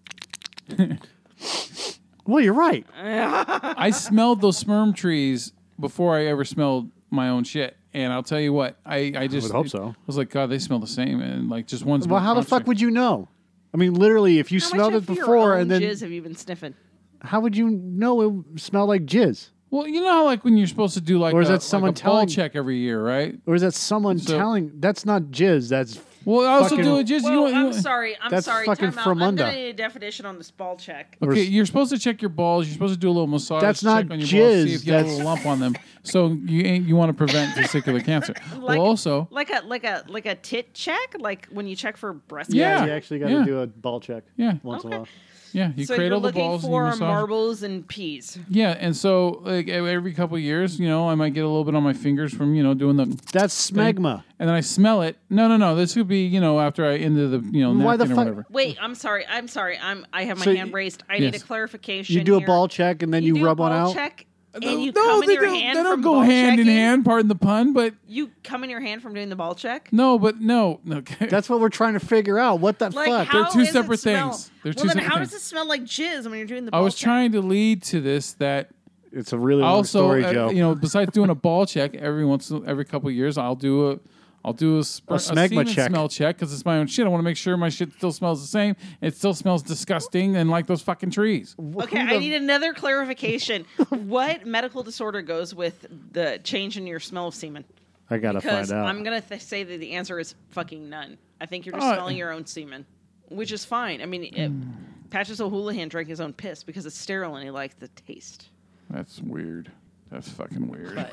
Well, you're right. I smelled those sperm trees before I ever smelled my own shit. And I'll tell you what, I, I just hope so. I was like, God, they smell the same, and like just one's. Well, more how the fuck concentrated. would you know? I mean, literally, if you How much smelled it of your before own and then jizz have you been sniffing? how would you know it smelled like jizz? Well, you know, how, like when you're supposed to do like, Or is a, that like someone a ball telling- check every year, right? Or is that someone So- telling? That's not jizz. That's Well, I also Fucking- do it just you. Well, you I'm sorry. I'm That's sorry. fucking Time out. I'm Fremunda. gonna need a definition on this ball check. Okay, you're supposed to check your balls. You're supposed to do a little massage. That's check not on your balls, see jizz, if you have a that's- little lump on them. So you ain't you want to prevent testicular cancer. Like- well, also, Like a like a like a tit check, like when you check for breast. Yeah. you actually got to yeah. do a ball check yeah, once in a while. yeah, you cancer. So cradle you're the looking balls for and you massage. marbles and peas. Yeah, and so like ev- every couple of years, you know, I might get a little bit on my fingers from you know doing the, and That's smegma. then I smell it. No, no, no. This could be you know after I into the you know Why the napkin or fuck- whatever. Wait, I'm sorry. I'm sorry. I'm I have my So y- hand raised. I need yes. a clarification. You do a here. ball check and then you, do a rub one ball out. Check and you no, come in they your don't, hand they from don't go ball hand in checking? hand. Pardon the pun, but You come in your hand from doing the ball check. no, but no. Okay. That's what we're trying to figure out. What the Like fuck? how they're two does it separate smell? things. They're well, two then separate how does things. it smell like jizz when you're doing the? I ball was check? trying to lead to this that It's a really long also story, uh, Joe. you know besides doing a ball check every once every couple of years, I'll do a. I'll do a, A sper- smegma semen check. smell check because it's my own shit. I want to make sure my shit still smells the same. It still smells disgusting and like those fucking trees. Okay, I need another clarification. what medical disorder goes with the change in your smell of semen? I gotta Because find out. I'm gonna th- say that the answer is fucking none. I think you're just Oh, Hmm. smelling your own semen, which is fine. I mean, it, Patches O'Houlihan drank his own piss because it's sterile and he liked the taste. That's weird. That's fucking weird.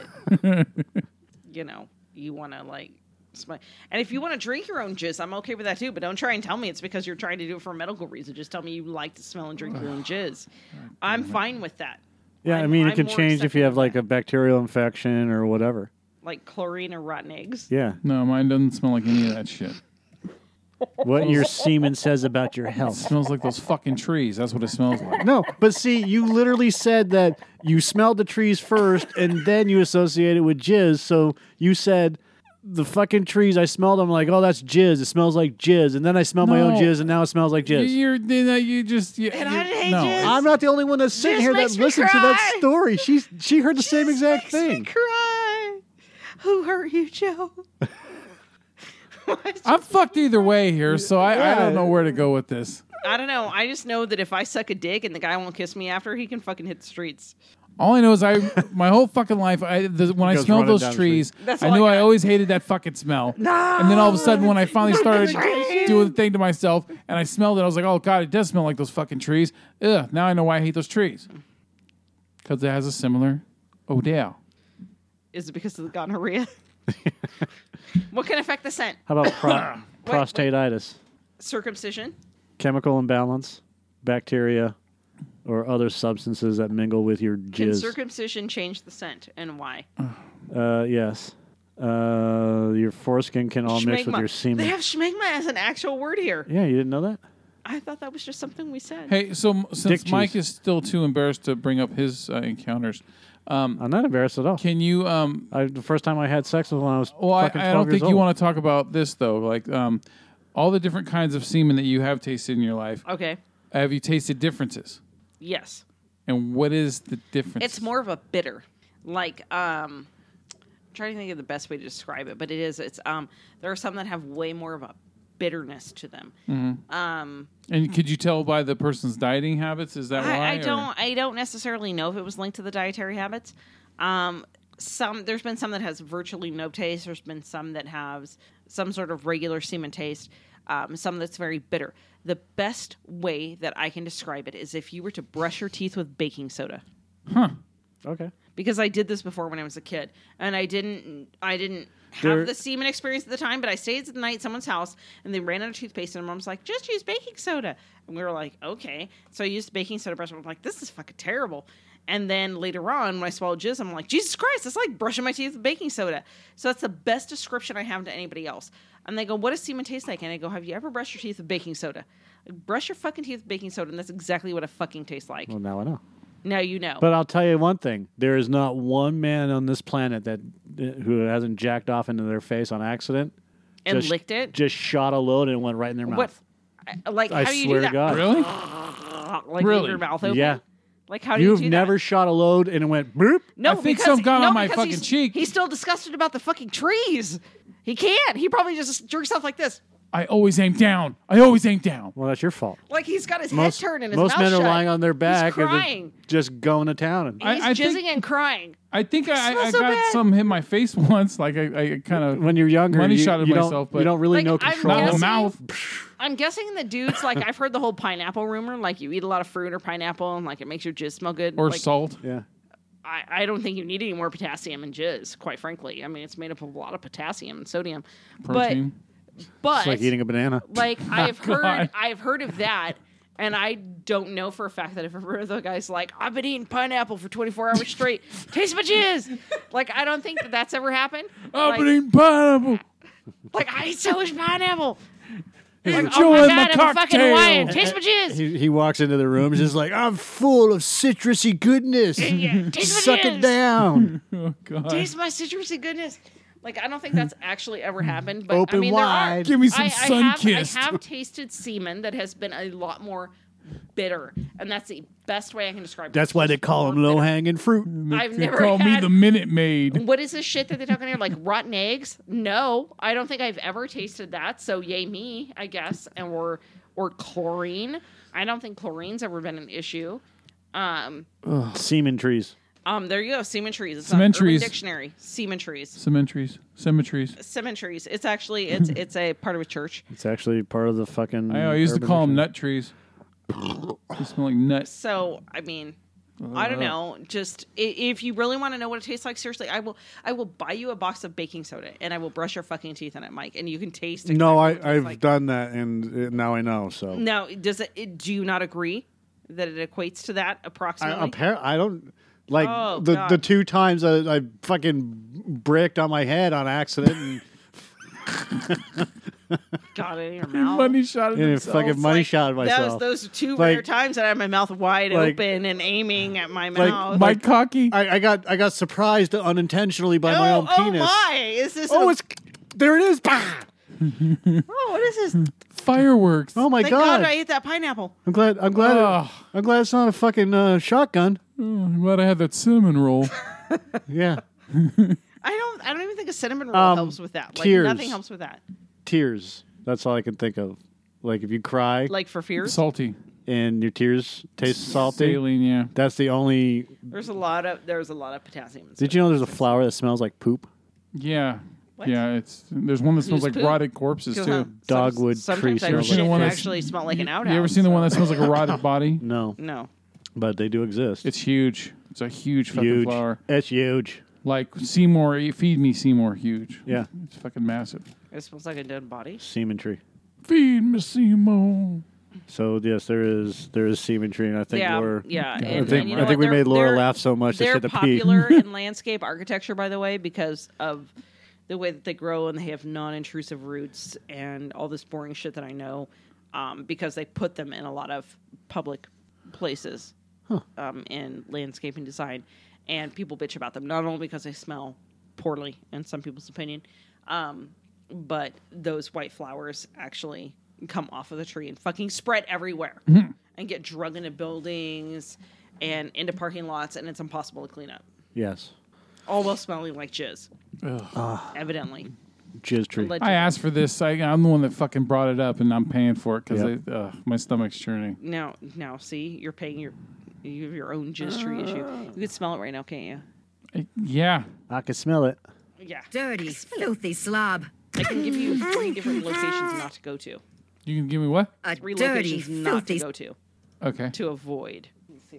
but you know, you want to like. smi- And if you want to drink your own jizz, I'm okay with that too. But don't try and tell me it's because you're trying to do it for a medical reason. Just tell me you like to smell and drink your own jizz. I'm fine with that. yeah, i I'm- mean, I'm it can more change if you accepting have of like that. a bacterial infection or whatever. like chlorine or rotten eggs. Yeah, No, mine doesn't smell like any of that shit. what your semen says about your It health. smells like those fucking trees. That's what it smells like. No, but see, you literally said that you smelled the trees first and then you associate it with jizz. So you said the fucking trees. I smelled them like, oh, that's jizz. It smells like jizz. And then I smell my own No. jizz, and now it smells like You- jizz. You're, you, know, you just. You, And you- I hate no. jizz. I'm not the only one that's sitting Jizz here that makes me listened to that cry. story. She she heard the same exact Makes me thing. cry. Who hurt you, Joe? I'm fucked either way here, so I, I Yeah. don't know where to go with this. I don't know. I just know that if I suck a dick and the guy won't kiss me after, he can fucking hit the streets. All I know is I, my whole fucking life, I the, when I goes smelled running those down the trees, That's I all I knew I, got. always hated that fucking smell. And then all of a sudden, when I finally started doing the thing to myself, and I smelled it, I was like, "Oh god, it does smell like those fucking trees." Ugh. Now I know why I hate those trees. Because it has a similar odor. Is it because of the gonorrhea? what can affect the scent? How about pro- prostatitis, Circumcision. chemical imbalance, bacteria, or other substances that mingle with your Can jizz? circumcision change the scent and why? uh, yes. Uh, your foreskin can all mix with Schmegma. your They semen. have schmegma as an actual word here. yeah, you didn't know that? I thought that was just something we said. Hey, so m- since Dick Mike cheese. is still too embarrassed to bring up his uh, encounters, I'm not embarrassed at all. can you? Um, I, the first time I had sex was when I was well, I, fucking 12 I don't years think you old. want to talk about this though. Like, um, all the different kinds of semen that you have tasted in your life. Okay. Have you tasted differences? Yes. And what is the difference? It's more of a bitter. Like um I'm trying to think of the best way to describe it, but it is it's um there are some that have way more of a bitterness to them. And could you tell by the person's dieting habits? Is that why? I, I or- don't I don't necessarily know if it was linked to the dietary habits. Um, some there's been some that has virtually no taste. There's been some that has some sort of regular semen taste. Um, some that's very bitter. The best way that I can describe it is if you were to brush your teeth with baking soda Okay. because I did this before when I was a kid, and I didn't I didn't have There- the semen experience at the time. But I stayed the night at someone's house, and they ran out of toothpaste, and mom's like, "Just use baking soda," and we were like, "Okay." So I used baking soda brush, and I'm like, "This is fucking terrible." And then later on, when I swallowed jizz, I'm like, "Jesus Christ, it's like brushing my teeth with baking soda." So that's the best description I have to anybody else. And they go, "What does semen taste like?" And I go, "Have you ever brushed your teeth with baking soda?" Brush your fucking teeth with baking soda, and that's exactly what it fucking tastes like. Well, now I know. Now you know. But I'll tell you one thing: there is not one man on this planet that uh, who hasn't jacked off into their face on accident And Just- licked it? Just shot a load and it went right in their mouth. What? I- Like I how do you swear do to that? God. Really? Like leave Really? your mouth open. Yeah. Like how do You've you do never that? shot a load and it went boop. No, I think because, some got no, on my because fucking he's- cheek. He's still disgusted about the fucking trees. He can't. He probably just jerks off like this. I always aim down. I always aim down. Well, that's your fault. Like he's got his Most head turned and his most mouth men shut. are lying on their back He's and they're crying. just going to town. And I- He's I jizzing think- and crying. I think I, I, I smells so got bad. some hit my face once. Like I, I kind of when you're younger, money you, shot at you myself, don't, but you don't really Like, know I'm control. not in the guessing- mouth. I'm guessing the dudes like I've heard the whole pineapple rumor. Like you eat a lot of fruit or pineapple and like it makes your jizz smell good. Or like, salt. yeah. I, I don't think you need any more potassium in jizz. Quite frankly, I mean it's made up of a lot of potassium and sodium. Protein. But but It's like eating a banana. like I've God. heard I've heard of that and I don't know for a fact that if ever the guy's like I've been eating pineapple for 24 hours straight taste my jizz like I don't think that that's ever happened I've like, been eating pineapple. like I eat so much pineapple like, Enjoy oh the my god I'm a fucking cocktail. Hawaiian taste my jizz He, he walks into the room, just like I'm full of citrusy goodness. yeah, taste my Suck jizz it down. Oh God. taste my citrusy goodness like I don't think that's actually ever happened but Open I mean there are wide. Give me some I, I, sun have, kissed. I have tasted semen that has been a lot more bitter and that's the best way I can describe it That's why they call More them low bitter. hanging fruit. I've They never call me had- the Minute Maid. What is this shit that they talk on here? Like rotten eggs? No, I don't think I've ever tasted that. So yay me, I guess. And or or chlorine. I don't think chlorine's ever been an issue. Um, Semen trees. um, there you go. Semen trees. It's Semen on trees. Urban Dictionary. Semen trees. Cemeteries. Cemeteries. Semen trees. It's actually it's it's a part of a church. It's actually part of the fucking. I, I used to urban call them dictionary. nut trees. They smell like nuts. So I mean, I don't know. Just i- if you really want to know what it tastes like, seriously, I will I will buy you a box of baking soda and I will brush your fucking teeth in it, Mike, and you can taste. it. No, I, I've done that, and uh, now I know. So Now, does it, it- Do you not agree that it equates to that I, approximately? appar- I don't like Oh, the God. the two times I, I fucking bricked on my head on accident, and, Got it in your mouth. Money shot at and themselves. fucking It's money like shot at myself. Those, those two Like- rare times that I had my mouth wide like- open and aiming at my like mouth. My cocky. I, I got I got surprised unintentionally by oh, my own oh penis. my! Is this? Oh, a- it's there. It is. Bah! oh, what is this? Fireworks. Oh my Thank god! God. I ate that pineapple. I'm glad. I'm glad. Ugh. I'm glad it's not a fucking uh, shotgun. I'm glad I had that cinnamon roll. Yeah. I don't. I don't even think a cinnamon roll Um, helps with that. Like tears. nothing helps with that. tears. That's all I can think of. Like if you cry Like for fears, Salty. and your tears taste salty, Saline, yeah. that's the only. there's a lot of there's a lot of potassium. in Did you know there's a flower that smells like poop? Yeah. What? Yeah, it's there's one that smells Use like poop? rotted corpses cinnamon. too. Some- Dogwood tree Sometimes I smell like- shit You ever seen the one that's- actually smell like an You outhouse. ever seen the one that smells like a rotted body? No, No. but they do exist. It's huge. It's a huge fucking huge. flower. It's huge. Like Seymour, eat- feed me Seymour, huge. Yeah. it's fucking massive. It smells like a dead body. Semen tree. Feed me Seymour. So yes, there is there is semen tree, and I think yeah, Laura. yeah. I I And, think and you I know think what? we They're- made Laura they're- laugh so much she They're had to popular in landscape architecture, by the way, because of the way that they grow and they have non-intrusive roots and all this boring shit that I know, um, because they put them in a lot of public places um, in landscape and design, and people bitch about them not only because they smell poorly in some people's opinion, um, but those white flowers actually come off of the tree and fucking spread everywhere. and get drug into buildings and into parking lots, and it's impossible to clean up. Yes. All while smelling like jizz, evidently. Jizz tree. Alleged- I asked for this. I, I'm the one that fucking brought it up, and I'm paying for it because Yep. uh, my stomach's churning. now, now, see, you're paying your you have your own jizz tree issue. You can smell it right now, can't you? I- Eh, yeah, I can smell it. Yeah, Dirty, filthy slob. I can give you three different locations not to go to. you can give me what? A Three dirty, locations not to filthy, go to Okay. to avoid.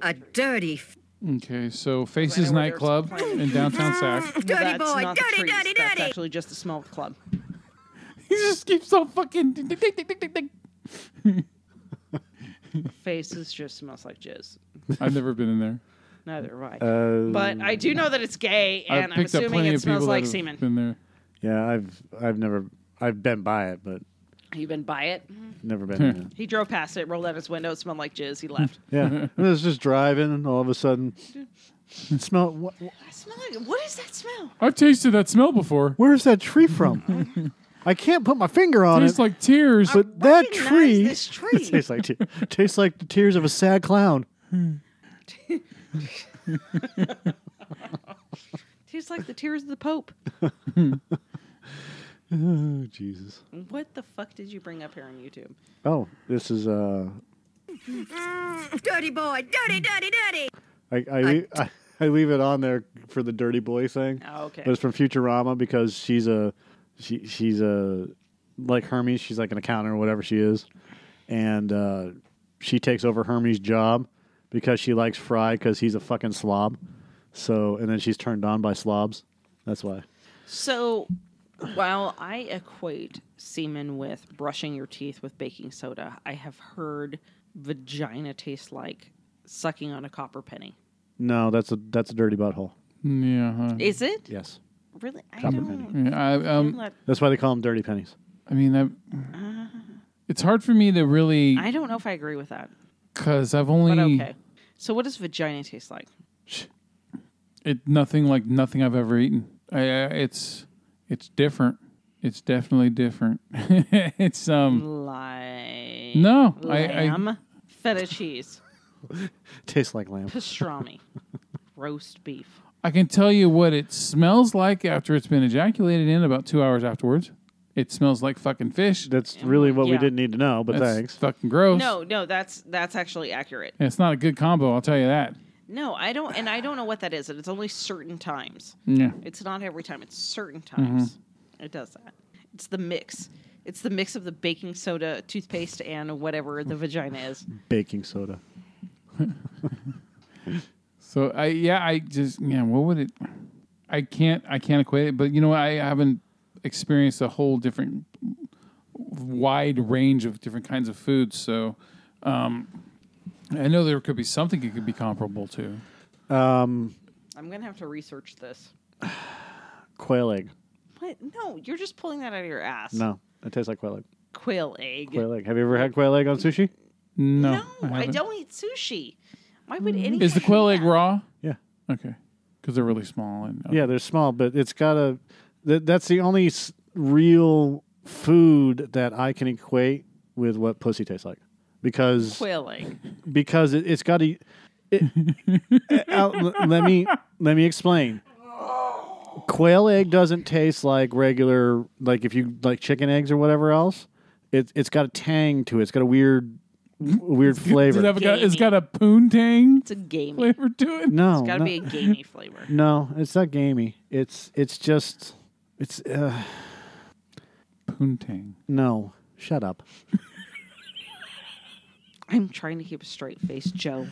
a dirty, f- Okay. So Faces where there's nightclub plenty. in downtown Sac. dirty That's boy, not the dirty, trees. dirty, That's dirty. actually just the smell of the club. he just keeps on fucking. tick, tick, tick, tick, tick, tick, tick. Faces just smells like jizz. I've never been in there. Neither have I. but I do know that it's gay, Um, I've and I'm assuming it smells like semen. been there. Yeah, I've I've never I've been by it, but You've been by it. never been. in it. Mm-hmm. He drove past it, rolled out his window, it smelled like jizz. He left. Yeah, and it was just driving, and all of a sudden, smell. What, I smell like. What is that smell? I've tasted that smell before. where's that tree from? I can't put my finger on Tastes it. like tears. but that recognize tree, this tree. tastes like te- tastes like the tears of a sad clown. Tastes like the tears of the Pope. Oh Jesus! What the fuck did you bring up here on YouTube? Oh, this is uh, dirty boy, dirty, dirty, dirty. I I, le- I I leave it on there for the dirty boy thing. Oh, okay. But it's from Futurama because she's a she she's a like Hermes. She's like an accountant or whatever she is, and uh, she takes over Hermes' job because she likes Fry because he's a fucking slob. So and then she's turned on by slobs. That's why. So, while I equate semen with brushing your teeth with baking soda, I have heard vagina tastes like sucking on a copper penny. No, that's a that's a dirty butthole. mm, yeah. huh. Is it Yes, really? I Copper don't. Yeah, I, um, let- that's why they call them dirty pennies. I mean, that, it's hard for me to really I don't know if I agree with that, because I've only but okay. So, what does vagina taste like? it nothing like nothing I've ever eaten. I, I, it's it's different. It's definitely different. it's um Like no, I, I lamb, feta cheese, Tastes like lamb. pastrami, roast beef. I can tell you what it smells like after it's been ejaculated in about two hours afterwards. It smells like fucking fish. That's really what we Yeah. didn't need to know, but That's thanks. fucking gross. No, no, that's that's actually accurate. it's not a good combo. I'll tell you that. No, I don't, and I don't know what that is. And it's only certain times. Yeah. It's not every time. It's certain Mm-hmm. times it does that. It's the mix. It's the mix of the baking soda, toothpaste, and whatever the vagina is. Baking soda. So I yeah I just yeah what would it? I can't I can't equate it. But you know what? I haven't experienced a whole different wide range of different kinds of foods. So um, I know there could be something it could be comparable to. I'm gonna have to research this. Quail egg. What? No, you're just pulling that out of your ass. No, it tastes like quail egg. Quail egg. Quail egg. Have you ever had quail egg on sushi? No, no, I, haven't. don't eat sushi. Why would Mm. anyone? Is the quail eat egg that? raw? Yeah. Okay, because they're really small and Yeah, they're small, but it's got a. That, that's the only s- real food that I can equate with what pussy tastes like, because Quail egg. because it, it's got a. It, uh, l- let me let me explain. Quail egg doesn't taste like regular, like if you like chicken eggs or whatever else. It's it's got a tang to it. It's got a weird, weird Does it flavor. have a, got- it's Gamey. got a poontang It's a gamey. flavor to it. no, It's got to no. be a gamey flavor. No, it's not gamey. It's it's just it's uh, Poontang. no. Shut up. I'm trying to keep a straight face, Joe.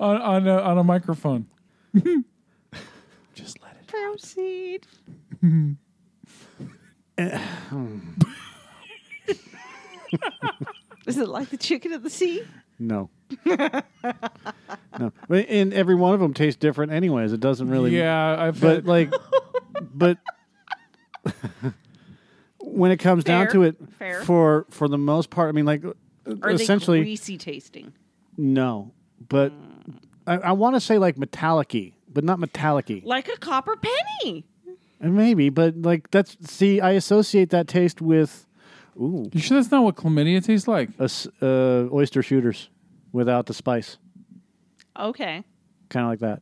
on on a, on a microphone. Just let it. Proceed. Is it like the chicken of the sea? No. no. But- And every one of them tastes different anyways. It doesn't really Yeah, I've but but like but when it comes down Fair, to it fair. for for the most part, I mean like uh, Are essentially they greasy tasting? no. But Hmm. I, I want to say like metallic but not metallic Like a copper penny. And maybe, but like that's see, I associate that taste with ooh, you sure that's not what chlamydia tastes like? us- uh, oyster shooters. without the spice, Okay. kind of like that.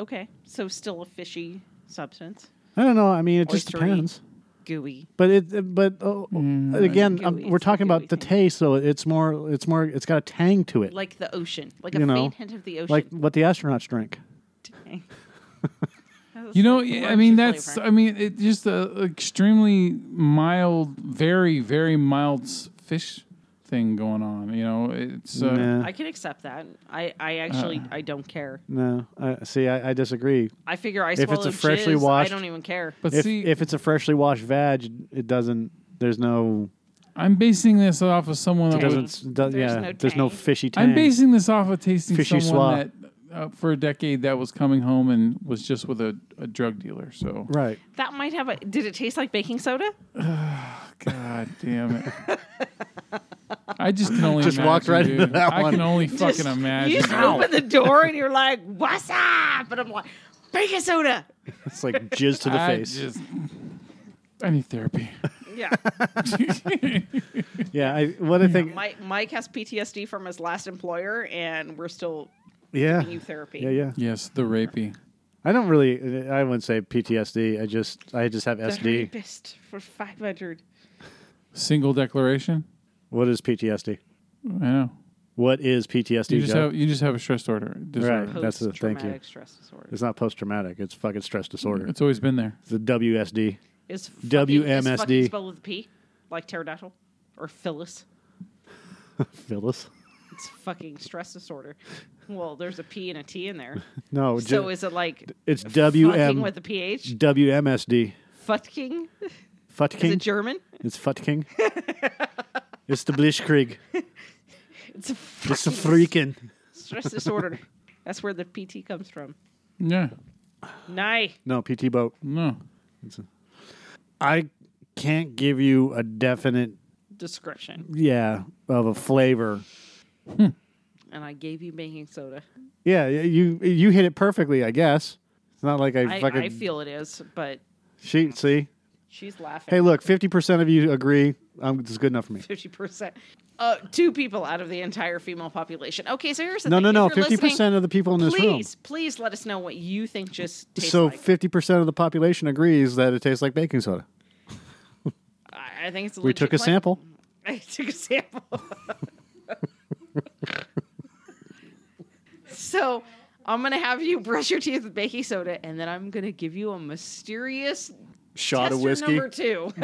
Okay. So still a fishy substance. I don't know. I mean, it just Oystery. depends. Gooey. But it, but oh, again, It's a um, gooey- we're it's a talking gooey about the thing. taste, so it's more, it's more, it's got a tang to it, Like the ocean. Like a You know, faint hint of the ocean. like what the astronauts drink. Dang. That was You know, like the yeah, I mean, orangey that's, flavor. I mean, it just a extremely mild, very, very mild s- fish thing going on. You know, it's, uh, Nah. I can accept that. I, I actually I don't care. No, I, see, I, I disagree. I figure I it's swallow a freshly jizz, washed- I don't even care. but If see, if it's a freshly washed vag, it doesn't. There's no. I'm basing this off of someone that Doesn't. was, s- Does, There's yeah. no there's no tang. fishy tang. I'm basing this off of tasting Fishy someone that uh, for a decade that was coming home and was just with a, a drug dealer. So, Right. That might have a. Did it taste like baking soda? God damn it. I just can only Just imagine, walked right dude. into that I one. can only fucking Just- imagine. You just open the door and you're like, "What's up?" And I'm like, "Baking soda." It's like jizz to the I face. just- I need therapy. Yeah. yeah. I, what I think. Mike Mike has PTSD from his last employer, and we're still Yeah. new therapy. Yeah. Yeah. yes, the rapey. I don't really. uh, I wouldn't say PTSD. I just. I just have The SD. rapist for five hundred. Single declaration? What is PTSD? I know. What is PTSD? You just Joe? have you just have a stress order. disorder. Right. That's the- thank you. Post-traumatic stress disorder. It's not post traumatic. It's fucking stress disorder. It's always been there. It's the WSD. Is fucking- Is WMSD. fucking spelled with a P, like pterodactyl or Phyllis. Phyllis. It's fucking stress disorder. Well, there's a P and a T in there. No. So ju- is it like it's fucking WM with a PH? WMSD. Fucking? Is Futking. it German? it's Futking. it's the Blitzkrieg. It's a It's the fucking freaking. stress disorder. That's where the PT comes from. Yeah. Nye. No, PT boat. No. I can't give you a definite Description. yeah of a flavor. And I gave you baking soda. Yeah, y- you you hit it perfectly, I guess. It's not like I, I, fucking I feel it is, but she see. she's laughing. Hey, look, fifty percent of you agree. Um, it's good enough for me. 50%. Uh, two people out of the entire female population. Okay, so here's the No, thing. no, If no. you're Fifty percent listening, of the people in this room. Please, please let us know what you think just tastes So like. fifty percent of the population agrees that it tastes like baking soda. I I think it's a We legit took a claim. sample. I took a sample. so I'm gonna have you brush your teeth with baking soda, and then I'm gonna give you a mysterious Shot tester number two.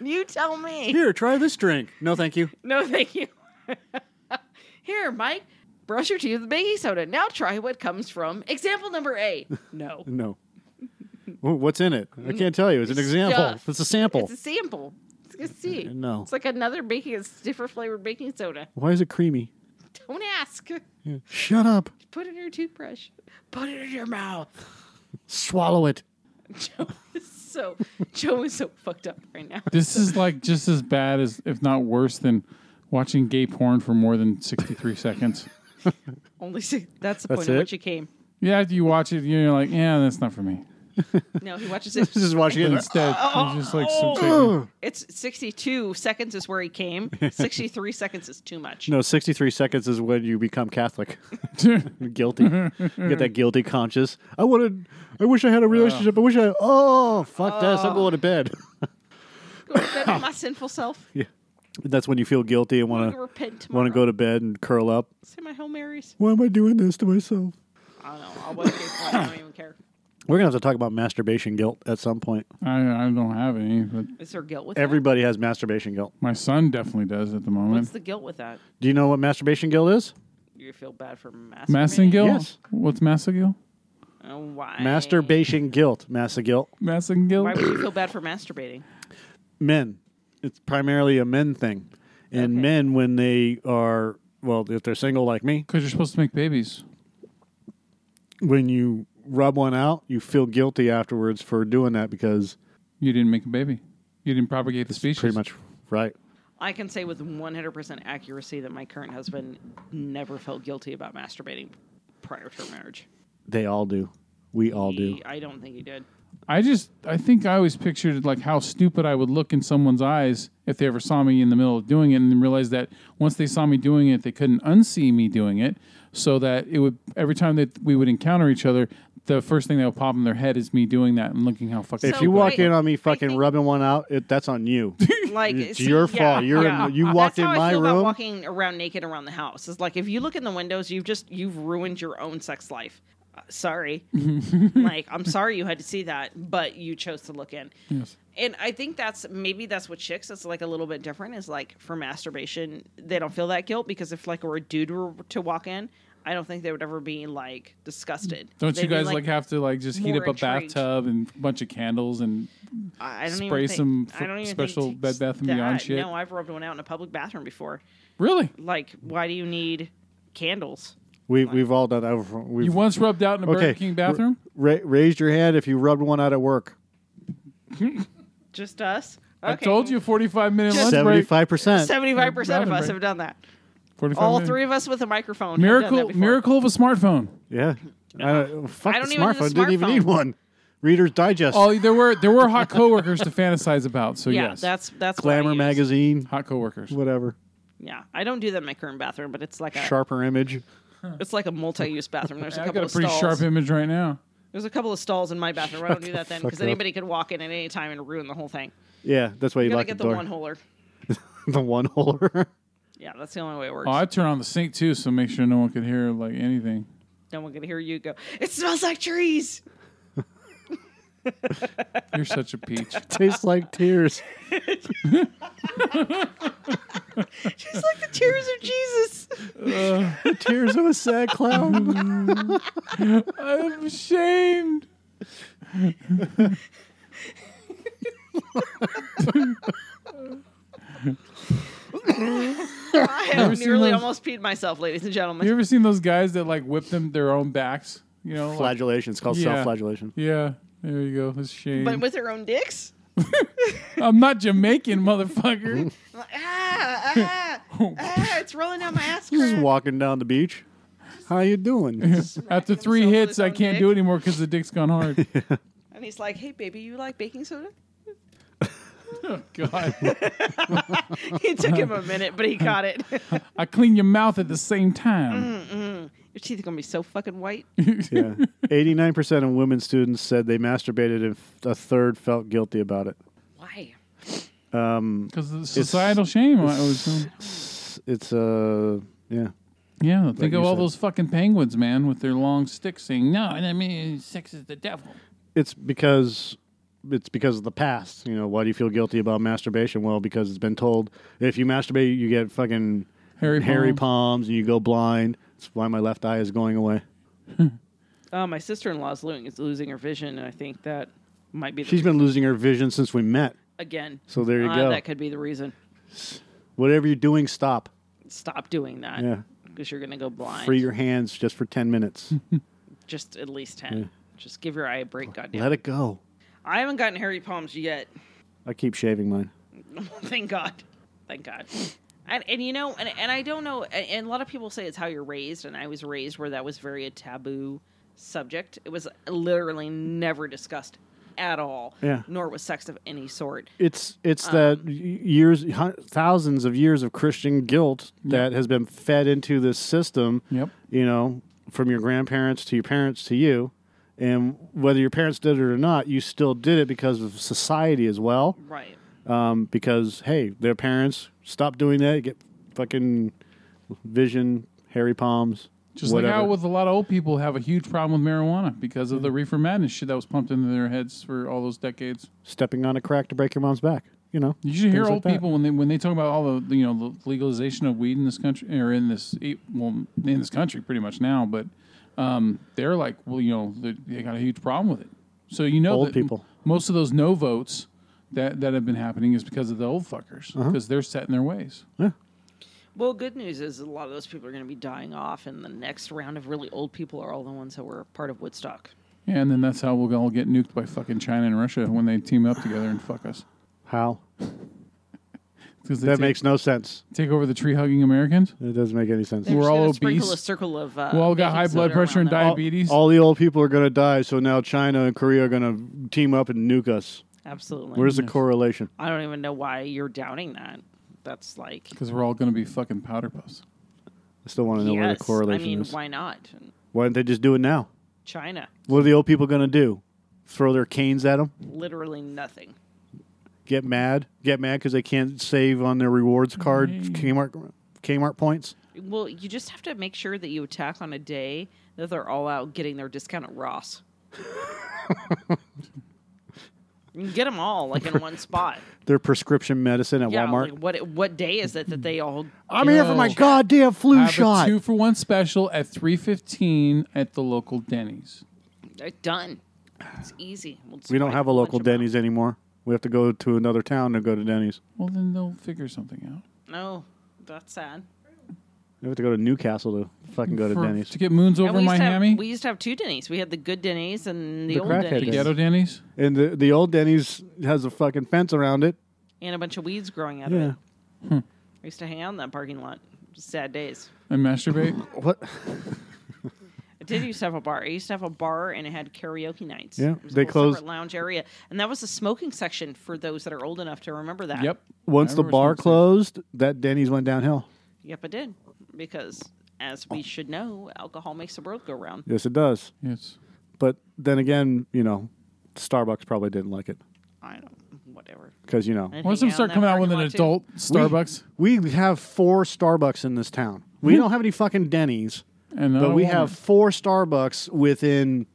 And you tell me. Here, try this drink. No, thank you. No, thank you. Here, Mike, brush your teeth with baking soda. Now try what comes from example number A. No. No. Well, What's in it? I can't tell you. It's an example. Stuff. It's a sample. It's a sample. It's gonna see. No. It's like another baking, it's different flavored baking soda. Why is it creamy? Don't ask. Shut up. Put it in your toothbrush. Put it in your mouth. Swallow it. Joe is so Joe is so fucked up right now. This is like just as bad as if not worse than watching gay porn for more than 63 seconds. Only see, that's the That's point at it? which he came. Yeah, after you watch it, you're like, yeah, that's not for me. No, he watches it. This is watching But it. instead, it's just like some chicken. It's sixty-two seconds is where he came. Sixty-three seconds is too much. No, 63 seconds is when you become Catholic. guilty. You get that guilty conscience. I wanted, I wish I had a relationship. I wish I, oh, fuck this. I'm going to bed. Go to bed with my sinful self. yeah. That's when you feel guilty and I'm want gonna to repent tomorrow. want to go to bed and curl up. say my Hail Marys. Why am I doing this to myself? I don't know. I'll wait. till it's fine. I don't even care. We're going to have to talk about masturbation guilt at some point. I, I don't have any, but Is there guilt with that? Everybody has masturbation guilt. my son definitely does at the moment. What's the guilt with that? Do you know what masturbation guilt is? You feel bad for masturbating. Massengill? Yes. What's Massengill? Oh, why? Masturbation guilt. Massa guilt. Why would Massengill? you feel bad for masturbating? men. It's primarily a men thing. And Okay. men, when they are, well, if they're single like me, Because you're supposed to make babies. when you rub one out, you feel guilty afterwards for doing that because You didn't make a baby. You didn't propagate the species. pretty much right. I can say with 100% accuracy that my current husband never felt guilty about masturbating prior to our marriage. They all do. We all He- do. I don't think he did. I just I think I always pictured like how stupid I would look in someone's eyes if they ever saw me in the middle of doing it and realized that once they saw me doing it they couldn't unsee me doing it so that it would every time that we would encounter each other the first thing that would pop in their head is me doing that and looking how fucking If So you walk I- in on me I fucking think- rubbing one out, it, that's on you. Like It's see, your yeah, fault. You're in- yeah. you walked That's in how my I feel room. About walking around naked around the house is like if you look in the windows, you've just you've ruined your own sex life. Uh, sorry, like I'm sorry you had to see that, but you chose to look in. Yes. And I think that's maybe that's what chicks. It's like a little bit different. Is like for masturbation, they don't feel that guilt because if like were a dude were to walk in, I don't think they would ever be like disgusted. don't They'd you be, guys like, have to like just heat more up a intrigued. bathtub and a bunch of candles and I I don't spray even think, some fr- I don't even special think Bed Bath and that- Beyond shit? No, I've rubbed one out in a public bathroom before. really like why do you need candles We we've all done that. We've, you once rubbed out in a okay. Burger King bathroom Ra- raised your hand if you rubbed one out at work. just us I told you 45 minute lunch Seventy break five percent. 75% of Robin us Ray. have done that 45 all minute- three of us with a microphone have done that miracle before. miracle of a smartphone Yeah. I don't, fuck I the don't even need a smartphone. Didn't even smartphone. need one. Reader's Digest, Oh, there were there were hot coworkers to fantasize about. So yeah yes, that's that's what I Glamour use. magazine, hot coworkers. whatever. yeah i don't do that in my current bathroom but it's like a Sharper image. it's like a multi-use bathroom there's a I couple got a of pretty stalls sharp image right now. there's a couple of stalls in my bathroom i don't do that then fuck because up. anybody could walk in at any time and ruin the whole thing Yeah, that's why you you gotta like get the the, door. one holer the one holer. yeah that's the only way it works Oh, I turn on the sink too, so make sure no one could hear like anything. no one can hear you go it smells like trees You're such a peach. Tastes like tears. it's like the tears of jesus The tears of a sad clown. I'm ashamed. i have seen nearly those- almost peed myself ladies and gentlemen You ever seen those guys that like whip them their own backs? You know, like- Flagellation. It's called Yeah. self-flagellation. yeah. There you go. That's shame. but with their own dicks. I'm not Jamaican, motherfucker. Like, ah, ah, ah, it's rolling down my ass. Just crack. walking down the beach. How you doing? After three himself with hits, his I own can't dick. do it anymore because the dick's gone hard. And he's like, "Hey, baby, you like baking soda?" oh, God, It took him a minute, but he got it. I clean your mouth at the same time. Your teeth are gonna be so fucking white. yeah. 89% of women students said they masturbated and f- a third felt guilty about it. Why? Mm. Because the societal shame. I always It's uh yeah. Yeah, think you of all said. those fucking penguins, man, with their long sticks saying, no, and I mean, sex is the devil. It's because it's because of the past, you know, why do you feel guilty about masturbation? Well, because it's been told if you masturbate, you get fucking Harry hairy Palm. palms and you go blind. That's why my left eye is going away. Uh, my sister-in-law's losing is losing her vision, and I think that might be the She's been losing her vision since we met. again. So there you Uh, go. That could be the reason. Whatever you're doing, stop. Stop doing that. Yeah. Because you're gonna go blind. Free your hands just for 10 minutes. Just at least ten. Just give your eye a break, goddamn. Let it go. I haven't gotten hairy palms yet. I keep shaving mine. Thank God. Thank God. And, and you know, and, and I don't know, and, and a lot of people say it's how you're raised, and I was raised where that was very a taboo subject. It was literally never discussed at all, Yeah. nor was sex of any sort. It's it's Um, that y- years, hun- thousands of years of Christian guilt that has been fed into this system. Yep. You know, from your grandparents to your parents to you, and whether your parents did it or not, you still did it because of society as well. Right. Um, because hey, their parents stop doing that. You get fucking vision, hairy palms. Just whatever. like how with a lot of old people have a huge problem with marijuana because of the reefer madness shit that was pumped into their heads for all those decades. stepping on a crack to break your mom's back. You know, You should hear things like old that. people when they when they talk about all the you know the legalization of weed in this country or in this e, well in this country pretty much now, but um, they're like, well, you know, they, they got a huge problem with it. So you know, Old that people. Most of those no votes that that have been happening is because of the old fuckers Uh-huh. because they're set in their ways. Well, good news is a lot of those people are going to be dying off, and the next round of really old people are all the ones that were part of Woodstock. Yeah, and then that's how we'll all get nuked by fucking China and Russia when they team up together and fuck us. How? because That makes no sense. take over the tree hugging Americans. It doesn't make any sense. We're Just all gonna Sprinkle obese. a circle of. Uh, We all got baking high blood soda pressure around and them. All- diabetes. All, the old people are going to die, so now China and Korea are going to team up and nuke us. Oh, Absolutely. Where's the correlation? I don't even know why you're doubting that. That's like. because we're all going to be fucking powder puffs. I still want to know where Yes. the correlation I mean, is. Why? why not? don't they just do it now? China, What are the old people going to do? Throw their canes at them? literally nothing. Get mad? Get mad because they can't save on their rewards card Kmart, Kmart points? Well, you just have to make sure that you attack on a day that they're all out getting their discount at Ross. you can get them all like in one spot. Their prescription medicine at Yeah, Walmart? like what what day is it that they all? I'm here for my Yo. goddamn flu Have shot. a two for one special at three fifteen at the local Denny's. They're done. It's easy. We'll just we don't like have a local bunch 'em out. Denny's anymore. We have to go to another town to go to Denny's. Well, then they'll figure something out. No, that's sad. We have to go to Newcastle to fucking go to For- Denny's. to get moons And over we used, to have, Miami. we used to have two Denny's. We had the good Denny's and the, The old crackhead Denny's, Denny's. Ghetto Denny's. And the, the old Denny's has a fucking fence around it. and a bunch of weeds growing out of Yeah. it. Hmm. I used to hang out in that parking lot. Sad days. and masturbate. What? I did used to have a bar. I used to have a bar and it had karaoke nights. Yeah, it was they a whole separate closed- lounge area, and that was the smoking section for those that are old enough to remember that. yep. Once I the remember bar something. closed, that Denny's went downhill. yep, I did because, as we should know, alcohol makes the world go round. Yes, it does. Yes. But then again, you know, Starbucks probably didn't like it I don't, whatever. because you know I'd Once them hang in start that coming out parking with an lot, too. adult Starbucks, we have four Starbucks in this town. We Hmm? don't have any fucking Denny's, and but another we Walmart. have four Starbucks within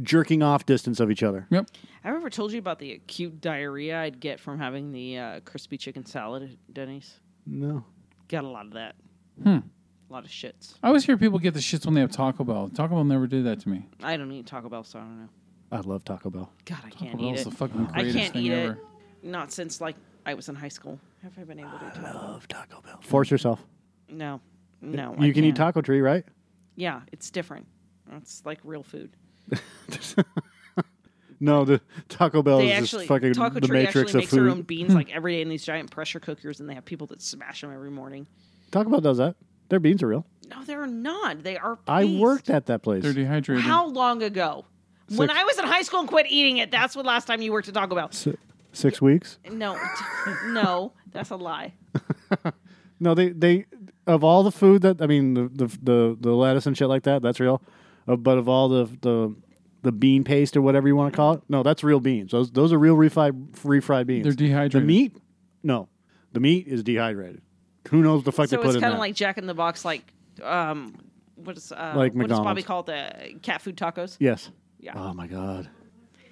jerking off distance of each other. Yep. I've ever told you about the acute diarrhea I'd get from having the uh, crispy chicken salad at Denny's. No, Got a lot of that. Hmm. A lot of shits. I always hear people get the shits when they have Taco Bell. Taco Bell never did that to me. I don't eat Taco Bell, so I don't know. I love Taco Bell. God, I Taco can't eat Bell's it. the fucking I greatest can't thing eat ever. it. Not since like I was in high school. Have I been able to? do it? Love Taco Bell. Force yourself. No, no. Oh, I you can eat can't. Taco Tree, right? Yeah, it's different. It's like real food. No, the Taco Bell They is actually just fucking Taco the Tree matrix actually of makes their own food. beans like every day in these giant pressure cookers, and they have people that smash them every morning. Taco Bell does that. Their beans are real. No, they're not. They are. I paste. worked at that place. They're dehydrated. How long ago? When Six- I was in high school and quit eating it, that's when last time you worked at Taco Bell. Si- six weeks. No, no, that's a lie. No, they they of all the food that I mean the the the, the lettuce and shit like that, that's real. Uh, but of all the the the bean paste or whatever you want to call it, no, that's real beans. Those those are real refried refried beans. They're dehydrated. The meat, no, the meat is dehydrated. Who knows the fuck So they put it's in kind there? of like Jack in the Box, like um, what is uh, Like what does Bobby McDonald's. call it? the cat food tacos? yes. Yeah. Oh my god.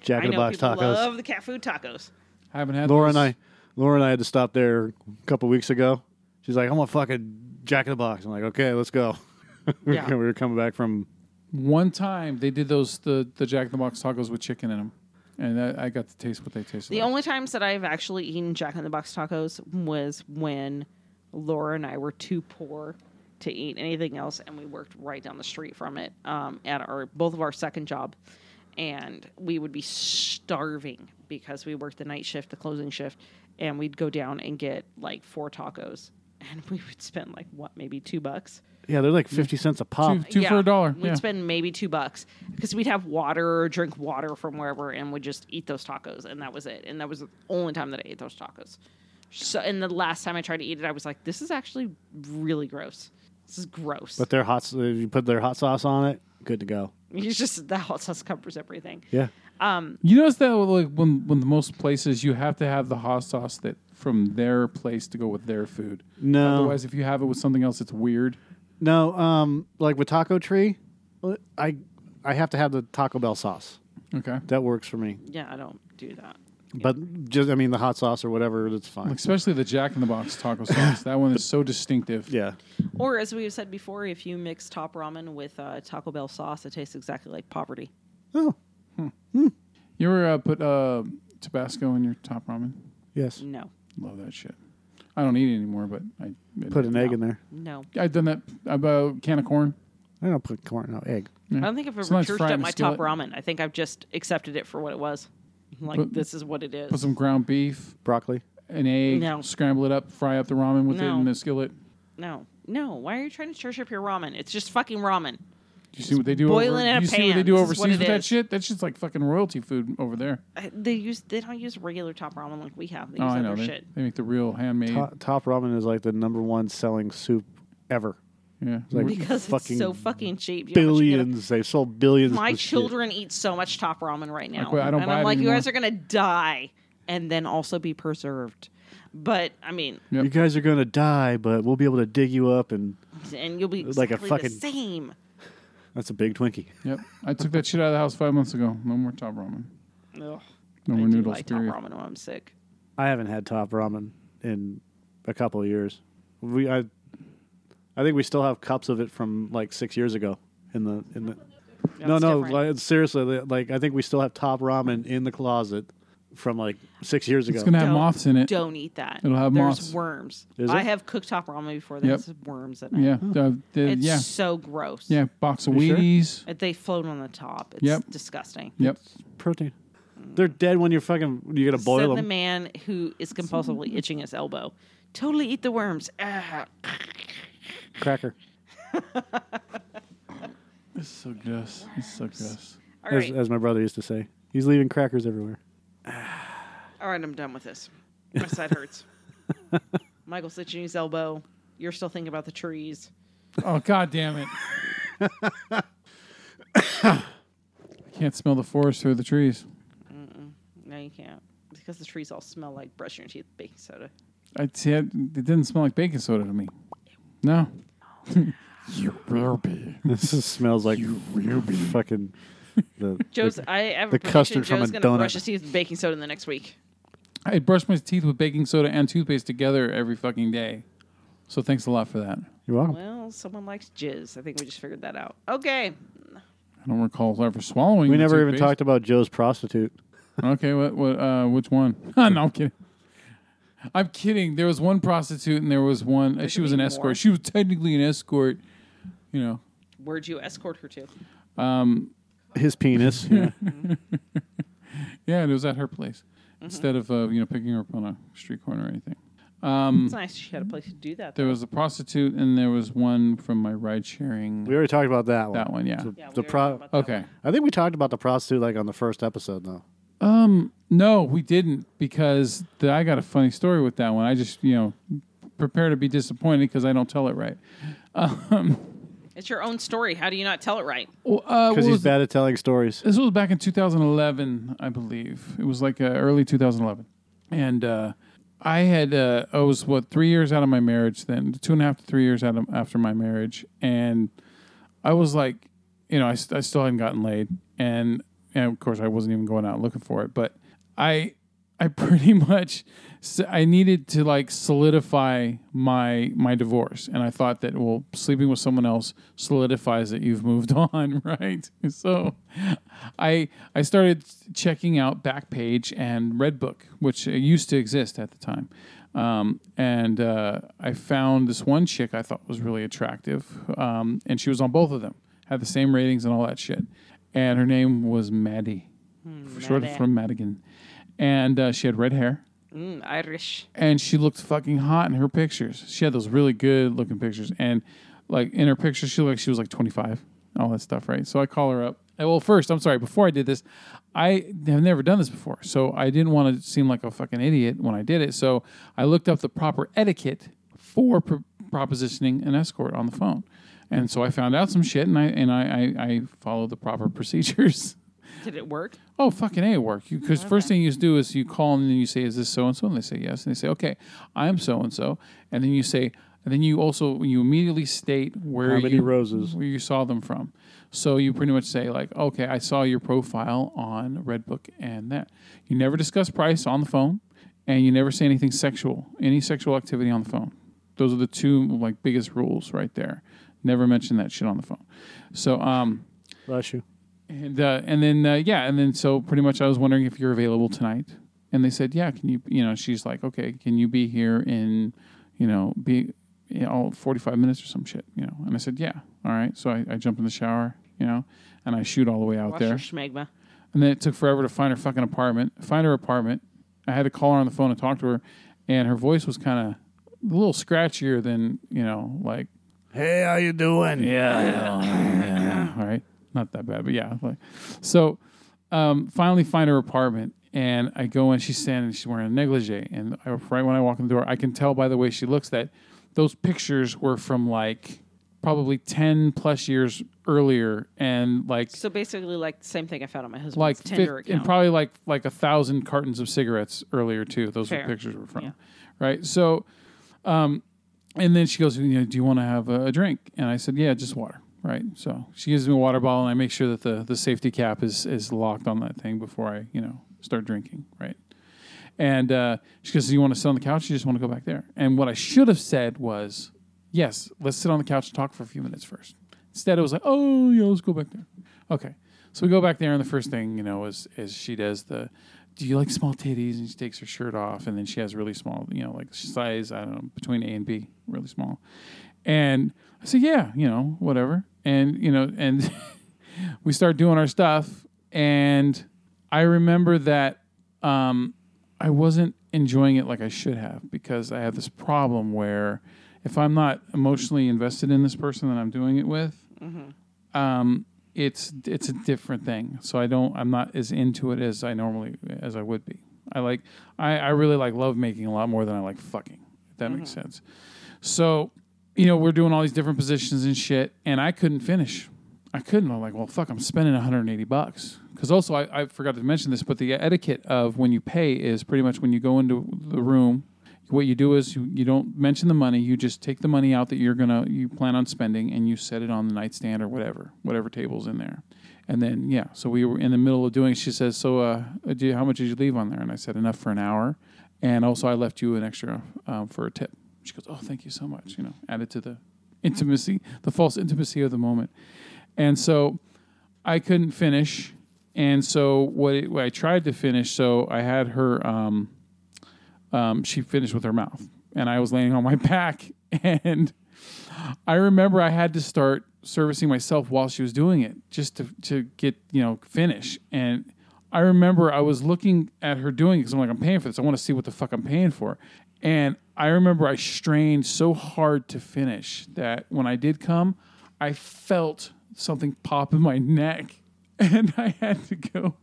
Jack I in the know Box people tacos. love the cat food tacos. Haven't had Laura those. and I, Laura and I had to stop there a couple weeks ago. She's like, "I want fucking Jack in the Box." I'm like, "Okay, let's go." we, Yeah. were, we were coming back from One time they did those the the Jack in the Box tacos with chicken in them, and I, I got to taste what they tasted. The like. only times that I've actually eaten Jack in the Box tacos was when Laura and I were too poor to eat anything else, and we worked right down the street from it um, at our both of our second job, and we would be starving because we worked the night shift, the closing shift, and we'd go down and get like four tacos, and we would spend like what maybe two bucks. yeah, they're like fifty cents a pop. two, two for a dollar. We'd Yeah. spend maybe two bucks because we'd have water, or drink water from wherever, and would just eat those tacos, and that was it. And that was the only time that I ate those tacos. So, and the last time I tried to eat it, I was like, "This is actually really gross. This is gross." But their hot, you put their hot sauce on it, good to go. it's just the hot sauce covers everything. Yeah, You notice that like when when the most places you have to have the hot sauce that from their place to go with their food. No. Otherwise, if you have it with something else, it's weird. no, um, like with Taco Tree, I I have to have the Taco Bell sauce. Okay. That works for me. Yeah, I don't do that. But just I mean the hot sauce or whatever, that's fine. Especially the Jack in the Box taco sauce. That one is so distinctive. yeah, Or as we've said before, if you mix top ramen with uh, Taco Bell sauce, it tastes exactly like poverty. Oh, You ever uh, put uh, Tabasco in your top ramen? yes. No, Love that shit. I don't eat it anymore, but I Put an egg in there. no. I've done that about a can of corn. I don't put corn, no egg. I don't think I've ever Sometimes churched fry it up in a my top skillet. ramen. I think I've just accepted it for what it was. Like But- this is what it is. Put some ground beef, Broccoli. an egg, No. scramble it up, fry up the ramen with it No. in the skillet. No, no. Why are you trying to church up your ramen? It's just fucking ramen. Do you see what they do? boil over, it in a do you see what they pan. do This is what overseas it with that is. shit? That's just like fucking royalty food over there. I- They use they don't use regular top ramen like we have. They Oh, use I know. other They, shit. they make the real handmade. To- Top ramen is like the number one selling soup ever. Yeah. Like Because fucking it's so fucking cheap. You know how much you get a- billions. They sold billions. My of this shit. children eat so much top ramen right now. Like, well, I don't and buy I'm it like, anymore." you guys are gonna die and then also be preserved. But I mean, Yep. You guys are gonna die, but we'll be able to dig you up, and and you'll be Like a exactly fucking- the same. that's a big Twinkie. yep. I took that shit out of the house five months ago. No more top ramen. Ugh. No more I do noodles. like top period. ramen when I'm sick. I haven't had top ramen in a couple of years. We, I, I think we still have cups of it from like six years ago. In the in the no That's no different. like, seriously li- like I think we still have top ramen in the closet from like six years ago. It's gonna have Don't- moths in it. Don't eat that. It'll have There's moths. worms. Is I it? have cooked top ramen before. There's worms in it. Yeah. Uh, the- Oh, It's yeah. so gross. Yeah. Box of You sure? Wheaties. It- They float on the top. It's Yep. disgusting. Yep. Protein. They're dead when you're fucking. You gotta Said boil the them. man who is compulsively itching his elbow. Totally eat the worms. Ah. Cracker. It's so gross. It's so gross. All As, right. as my brother used to say, he's leaving crackers everywhere. All right, I'm done with this. My side hurts. Michael's itching his elbow. You're still thinking about the trees. Oh god damn it. I can't smell the forest through the trees. No, you can't. Because the trees all smell like brushing your teeth with baking soda. I see it, it didn't smell like baking soda to me. No. you will be. This is- smells like fucking the, Joe's, the- I have a the prediction custard from a Joe's gonna donut. brush his teeth with baking soda in the next week. I brush my teeth with baking soda and toothpaste together every fucking day. So thanks a lot for that. You're welcome. Well, someone likes jizz. I think we just figured that out. Okay. I don't recall ever swallowing. We the never even toothpaste. talked about Joe's prostitute. Okay, what, what, uh, which one? no, I'm kidding. I'm kidding. There was one prostitute and there was one. uh, she could was be an more. escort. She was technically an escort. You know, Where'd you escort her to? His penis. yeah. yeah, it was at her place instead of uh, you know picking her up on a street corner or anything. Hmm. It's nice she had a place to do that. There was a prostitute and there was one from my ride sharing. We already talked about that one. That one, yeah. The, Yeah, we the already pro- talked about that. okay. I think we talked about the prostitute like on the first episode though. No, we didn't because the, I got a funny story with that one. I just you know prepare to be disappointed because I don't tell it right. It's your own story. How do you not tell it right? Well, uh, what Because he's was- bad at telling stories. This was back in 2011, I believe. It was like uh, early 2011, and uh, I had uh, I was what three years out of my marriage then, two and a half to three years out of, after my marriage, and I was like, you know, I, st- I still hadn't gotten laid, and and of course I wasn't even going out looking for it, but I I pretty much s- I needed to like solidify my my divorce, and I thought that well, sleeping with someone else solidifies that you've moved on, right? So I I started checking out Backpage and Redbook, which uh, used to exist at the time. Um, and uh, I found this one chick I thought was really attractive, um, and she was on both of them, had the same ratings and all that shit. And her name was Maddie, short Maddie. from Madigan, and uh, she had red hair Mm, Irish. and she looked fucking hot in her pictures. She had those really good looking pictures, and like in her pictures, she looked like she was like 25, all that stuff, right? So I call her up. Uh, Well, first, I'm sorry. Before I did this, I have never done this before, so I didn't want to seem like a fucking idiot when I did it. So I looked up the proper etiquette for pro- propositioning an escort on the phone, and so I found out some shit, and I and I I, I followed the proper procedures. Did it work? Oh, fucking A, it work. Because first thing you do is you call and then you say, Is this so and so? And they say, Yes. And they say, Okay, I'm so and so. And then you say, and then you also you immediately state where How many you, roses? where you saw them from. So you pretty much say like, okay, I saw your profile on Redbook and that. You never discuss price on the phone, and you never say anything sexual, any sexual activity on the phone. Those are the two like biggest rules right there. Never mention that shit on the phone. So um, Bless you. and uh, and then uh, yeah, and then so pretty much I was wondering if you're available tonight, and they said yeah. Can you you know she's like okay, can you be here in you know be you know, 45 minutes or some shit you know, and I said yeah, all right. So I, I jump in the shower you know, and I shoot all the way out Wash there, your schmegma. and then it took forever to find her fucking apartment. Find her apartment. I had to call her on the phone and talk to her, and her voice was kind of a little scratchier than you know, like Hey, how you doing? yeah, all right, not that bad, but yeah. Like, so um, finally find her apartment, and I go in. She's standing. She's wearing a negligee, and I, right when I walk in the door, I can tell by the way she looks that those pictures were from like probably ten plus years earlier, and like So basically, like the same thing I found on my husband's like Tinder fif- account. and probably like like a thousand cartons of cigarettes earlier too. Those Fair. are pictures were from, Yeah. right? So, um, and then she goes, you know, "Do you want to have a, a drink?" And I said, "Yeah, just water." Right. So she gives me a water bottle, and I make sure that the the safety cap is is locked on that thing before I you know start drinking. Right. And uh, she goes, "Do you want to sit on the couch? You just want to go back there?" And what I should have said was, "Yes, let's sit on the couch and talk for a few minutes first. Instead, it was like, "Oh, yeah, let's go back there." Okay, so we go back there, and the first thing you know is is she does the, "Do you like small titties?" And she takes her shirt off, and then she has really small, you know, like size I don't know between A and B, really small. And I said, "Yeah, you know, whatever." And you know, and we start doing our stuff, and I remember that um, I wasn't enjoying it like I should have because I have this problem where if I'm not emotionally invested in this person that I'm doing it with, um, it's it's a different thing. So I don't I'm not as into it as I normally as I would be. I like I, I really like love making a lot more than I like fucking. If that makes sense. So, you know, we're doing all these different positions and shit, and I couldn't finish. I couldn't. I'm like, well, fuck, I'm spending 180 bucks. Because also, I, I forgot to mention this, but the etiquette of when you pay is pretty much when you go into the room. What you do is you, you don't mention the money. You just take the money out that you're gonna you plan on spending, and you set it on the nightstand or whatever, whatever table's in there. And then yeah, so we were in the middle of doing. She says, "So, uh, do you, how much did you leave on there?" And I said, "Enough for an hour." And also, I left you an extra um, for a tip. She goes, "Oh, thank you so much." You know, added to the intimacy, the false intimacy of the moment. And so I couldn't finish. And so what, it, what I tried to finish, so I had her. Um, um, she finished with her mouth, and I was laying on my back. And I remember I had to start servicing myself while she was doing it, just to to get you know finish. And I remember I was looking at her doing it because I'm like, I'm paying for this. I want to see what the fuck I'm paying for. And I remember I strained so hard to finish that when I did come, I felt something pop in my neck, and I had to go.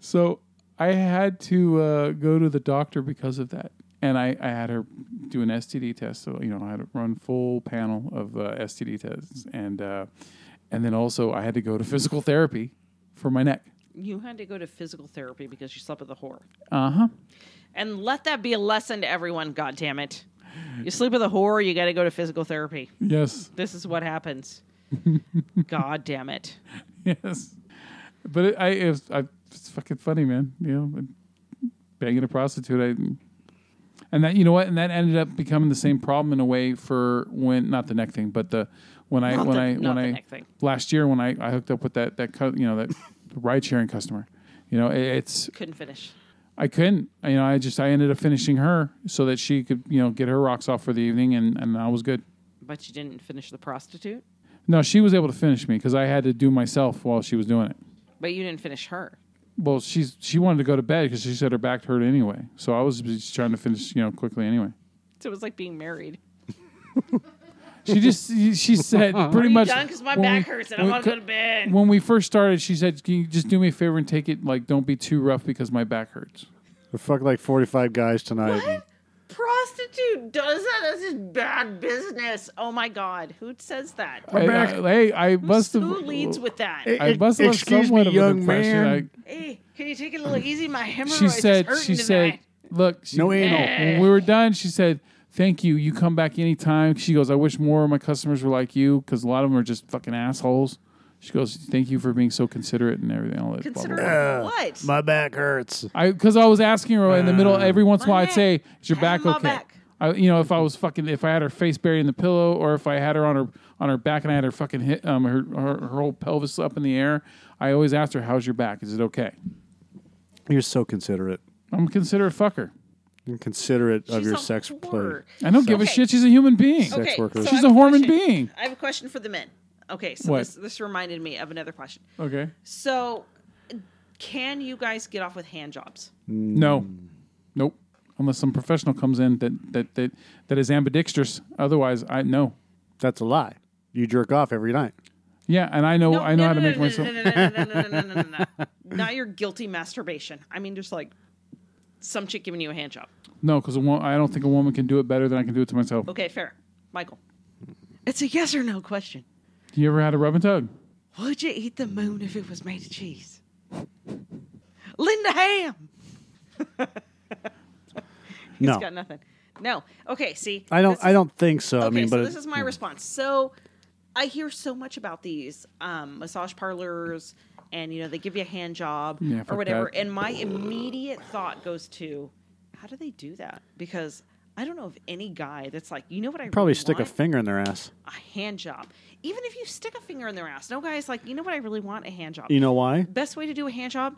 So I had to uh, go to the doctor because of that. And I, I had her do an STD test. So, you know, I had to run full panel of uh, STD tests. And, uh, and then also I had to go to physical therapy for my neck. you had to go to physical therapy because you slept with a whore. Uh huh. And let that be a lesson to everyone. God damn it! You sleep with a whore, you got to go to physical therapy. Yes. This is what happens. God damn it! Yes. But it, I, it was, I, it's fucking funny, man. You know, but banging a prostitute. I, and that, you know what? And that ended up becoming the same problem in a way for when, not the neck thing, but the, when I, Not when the- I, not when the I, neck thing. last year when I, I hooked up with that, that, cu- you know, that ride sharing customer, you know, it, it's, Couldn't finish. I couldn't. You know, I just I ended up finishing her so that she could, you know, get her rocks off for the evening, and and I was good. But you didn't finish the prostitute. No, she was able to finish me because I had to do myself while she was doing it. But you didn't finish her. Well, she's she wanted to go to bed because she said her back hurt anyway. So I was just trying to finish, you know, quickly anyway. So it was like being married. She just she said pretty you much done? 'Cause my when back hurts and I when- wanna go to bed. When we first started, she said, "Can you just do me a favor and take it? Like, don't be too rough because my back hurts." We fucked like 45 guys tonight. Prostitute does that. This is bad business. Oh my God. Who says that? I- back- I- hey, I must have. Who leads with that? I must have left Excuse somewhat me, of young an impression. man. I- Hey, can you take it a little easy? My hemorrhoids she said is she hurting said tonight. look she, No anal. when we were done she said thank you you come back anytime she goes i wish more of my customers were like you because a lot of them are just fucking assholes she goes thank you for being so considerate and everything all that blah, blah, Consider blah. what? My back hurts. I because I was asking her in the middle every once in a my while I'd say, neck. "Is your I back have my okay?" back. I, you know, if I was fucking, if I had her face buried in the pillow, or if I had her on her on her back and I had her fucking hit, um, her, her her whole pelvis up in the air, I always asked her, "How's your back? Is it okay?" You're so considerate. I'm a considerate fucker. You're considerate of She's your a sex play. whore. I don't give a Okay. shit. She's a human being. Sex Okay, worker. so I She's have a human question. being. I have a question for the men. Okay, so What? this, this reminded me of another question. Okay. Mm. So, can you guys get off with hand jobs? No. Nope. unless some professional comes in that that that, that is ambidextrous. Otherwise, I know. That's a lie. You jerk off every night. Yeah, and I know I know how to make no, myself. No, no, no, no, no, no, no, no, no. Not your guilty masturbation. I mean, just like some chick giving you a hand job. No, because I don't think a woman can do it better than I can do it to myself. Okay, fair. Michael. It's a yes or no question. You ever had a rub and tug? Would you eat the moon if it was made of cheese? Linda Ham. He's No, got nothing. No. Okay, see. I don't. this I don't think so. I Okay, mean, so but this it- is my response. So I hear so much about these um, massage parlors, and you know they give you a hand job Yeah, or fuck whatever. that. And my immediate thought goes to, how do they do that? Because I don't know of any guy that's like, you know what I probably really stick a want? finger in their ass. a hand job. Even if you stick a finger in their ass, no guy's like, you know what I really want a hand job. You know why? Best way to do a hand job,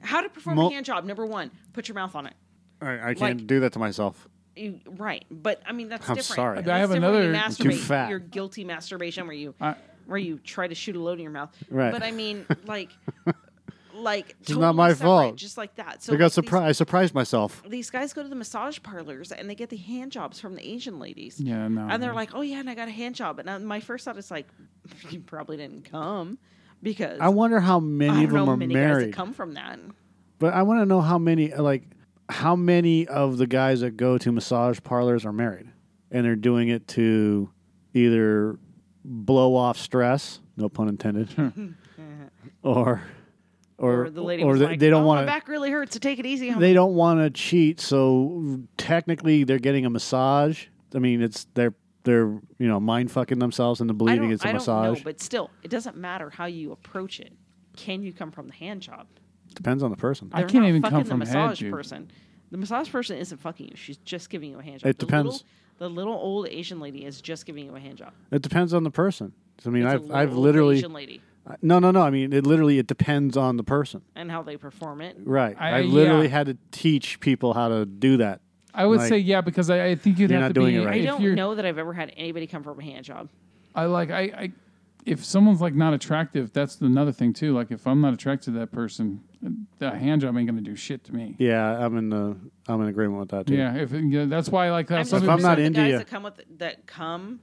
how to perform Mo- a hand job. Number one, put your mouth on it. I, I can't Like- do that to myself. You, right, but I mean that's I'm different. sorry. I That's have different when you another- Too masturbate, fat. Your guilty masturbation, where you I- where you try to shoot a load in your mouth. Right. But I mean, like, like is not my separate, fault. Just like that. So I got like, these- surprised. I surprised myself. These guys go to the massage parlors and they get the hand jobs from the Asian ladies. Yeah, no, And they're no. like, "Oh yeah, and I got a hand job." And I- my first thought is like, "You probably didn't come because I wonder how I many don't of them know are many guys that married. come from that." But I want to know how many, like, how many of the guys that go to massage parlors are married, and they're doing it to either blow off stress, no pun intended, or or Or the lady or was they, like, they don't "Oh, want my to back really hurts, so take it easy." they don't want to cheat. So technically, they're getting a massage. I mean, it's they're they're you know mind fucking themselves into I believing don't- it's a I Don't massage. know, but still, it doesn't matter how you approach it. Can you come from the hand job? Depends on the person. I They're can't not even fucking come from the head, massage dude. person. The massage person isn't fucking you. She's just giving you a hand job. It The little- depends. The little, old Asian lady is just giving you a hand job. It depends on the person. I mean, It's a I've little I've old literally Asian lady Uh, No, no, no. I mean, it literally it depends on the person. and how they perform it. Right. I, I- literally yeah. had to teach people how to do that. I would Like- say yeah because I, I think you'd You're have not to doing be. it right. I if don't you're- know that I've ever had anybody come from a hand job. I like I, I if someone's like not attractive, that's another thing too. Like if I'm not attracted to that person, the hand job ain't gonna do shit to me. Yeah, I'm in the I'm in agreement with that too. Yeah, if yeah, that's why like uh, I'm that's just if something- I'm not concerned into the guys you- that come with that come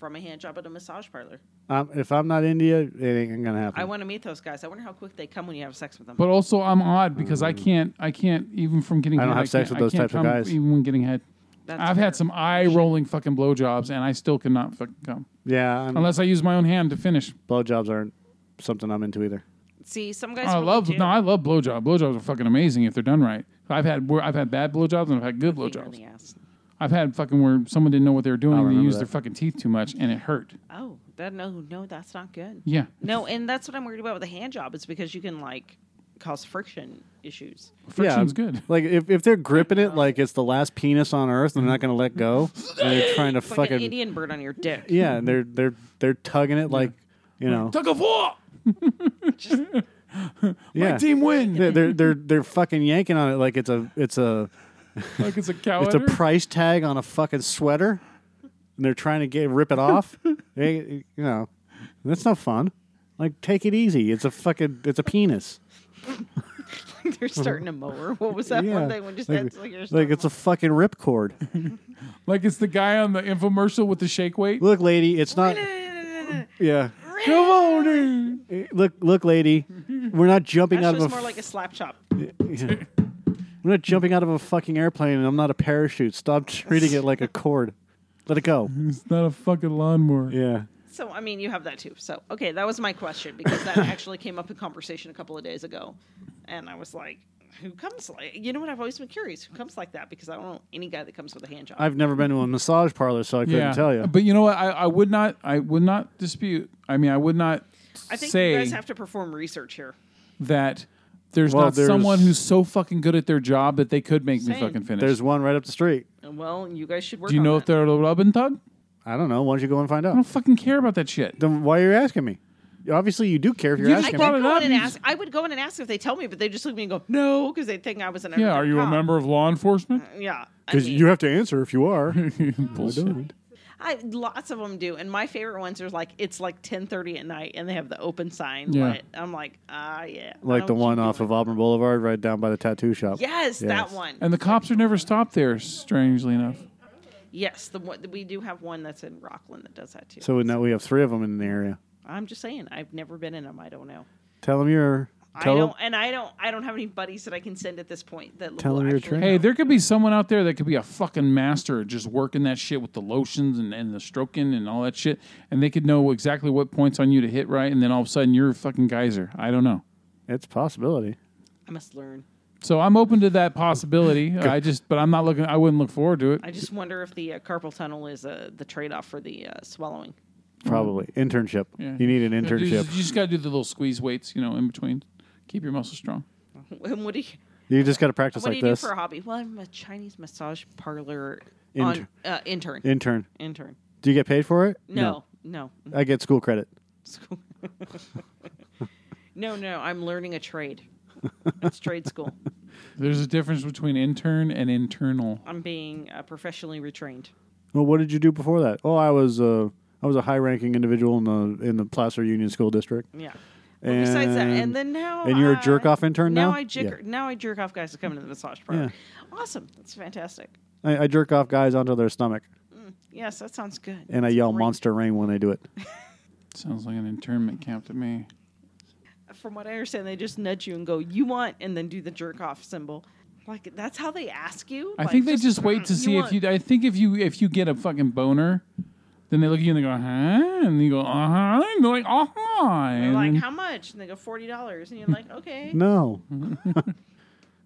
from a hand job at a massage parlor. Um, if I'm not India, it ain't gonna happen. I want to meet those guys. I wonder how quick they come when you have sex with them. but also I'm odd because I can't I can't even from getting Hmm. I don't head, have sex can't- with those I can't types of come guys. even when getting head. That's I've fair. had some eye rolling fucking blowjobs and I still cannot fucking come yeah, I'm, unless I use my own hand to finish. blowjobs aren't something I'm into either. See, some guys. I really love do. no I love blowjob. Blowjobs are fucking amazing if they're done right. I've had where I've had bad blowjobs and I've had good Finger in the blowjobs. ass. I've had fucking where someone didn't know what they were doing. They remember used that. their fucking teeth too much, and it hurt. Oh, that no, no, that's not good. Yeah, No, and that's what I'm worried about with a hand job is because you can like cause friction issues. friction's yeah, good. Like if, if they're gripping it like it's the last penis on earth and they're not gonna let go, and they're trying to It's like an fucking Indian bird on your dick. yeah, and they're they're they're tugging it like you know Tug of war. yeah. My team win. They're they're they're they're fucking yanking on it like it's a it's a like it's a cow. It's a udder. price tag on a fucking sweater, and they're trying to get rip it off. They- you know, that's no fun. Like, take it easy. It's a fucking. It's a penis. They're starting a mower. What was that Yeah. one thing when just Like- that's like you're Like, it's a fucking ripcord. like it's the guy on the infomercial with the shake weight. Look, lady, it's not. Yeah. Come on, in. Look, look, lady. We're not jumping That's out of a. just more like a slap chop. we're not jumping out of a fucking airplane, and I'm not a parachute. Stop treating it like a cord. Let it go. it's not a fucking lawnmower. Yeah. So I mean, you have that too. So okay, that was my question because that actually came up in conversation a couple of days ago, and I was like, "Who comes like?" You know what? I've always been curious who comes like that because I don't know any guy that comes with a hand job. I've never been to a massage parlor, so I couldn't tell you. but you know what? I, I would not. I would not dispute. I mean, I would not I think say you guys have to perform research here. that there's Well, not there's- someone who's so fucking good at their job that they could make me Same. fucking finish. There's one right up the street. Well, you guys should work. Do you on know that. if they're a rub and tug? I don't know. Why don't you go and find I out? don't fucking care about that shit. Then why are you asking me? Obviously, you do care if you're You just I asking could me. brought it go up in and and just- ask. I would go in and ask if they tell me, but they just look at me and go, "No," because they think I was an. Yeah, are you a undercover. member of law enforcement? Yeah, I Because mean, you have to answer if you are. Bullshit. I, lots of them do, and my favorite ones are like it's like ten thirty at night, and they have the open sign Yeah. lit. I'm like, ah, yeah, I Like know the what one you're off doing. of Auburn Boulevard, right down by the tattoo shop. Yes, that one. And the cops are never stopped there, strangely enough. yes, the one we do have one that's in Rockland that does that too. So now we have three of them in the area. I'm just saying, I've never been in them. I don't know. Tell them you're. I Tell don't, 'em- and I don't, I don't have any buddies that I can send at this point. That Tell will 'em you're actually a Hey, Yeah. there could be someone out there that could be a fucking master at just working that shit with the lotions and, and the stroking and all that shit. And they could know exactly what points on you to hit right. And then all of a sudden you're a fucking geyser. I don't know. It's a possibility. I must learn. So I'm open to that possibility. I just, but I'm not looking, I wouldn't look forward to it. I just wonder if the uh, carpal tunnel is uh, the trade-off for the uh, swallowing. Probably internship. Yeah. You need an You just- internship. You just got to do the little squeeze weights, you know, in between. Keep your muscles strong. And what do you, You just got to practice what do like you this. do for a hobby? Well, I'm a Chinese massage parlor Inter- on, uh, intern. Intern. intern. Do you get paid for it? No, no, I get school credit. school. no, no, I'm learning a trade. It's trade school. There's a difference between intern and internal. I'm being uh, professionally retrained. Well, what did you do before that? Oh, I was uh, I was a high-ranking individual in the in the Placer Union School District. Yeah. Well, besides that, and then now and you're a I- jerk-off intern now? Now I jerk. Yeah. Now I jerk off guys that come into the massage parlor. Awesome. That's fantastic. I, I jerk off guys onto their stomach, Yes, that sounds good. and I That's yell great. "Monster Rain" when I do it. Sounds like an internment camp to me. From what I understand, they just nudge you and go, "You want," and then do the jerk off symbol. Like that's how they ask you. I Like, think they just wait to see if want- you. I think if you if you get a fucking boner, then they look at you and they go, huh? And you go, uh huh. And they're like, uh huh. They're And like, then- "How much?" And they go, 40 dollars." And you're like, "Okay." No,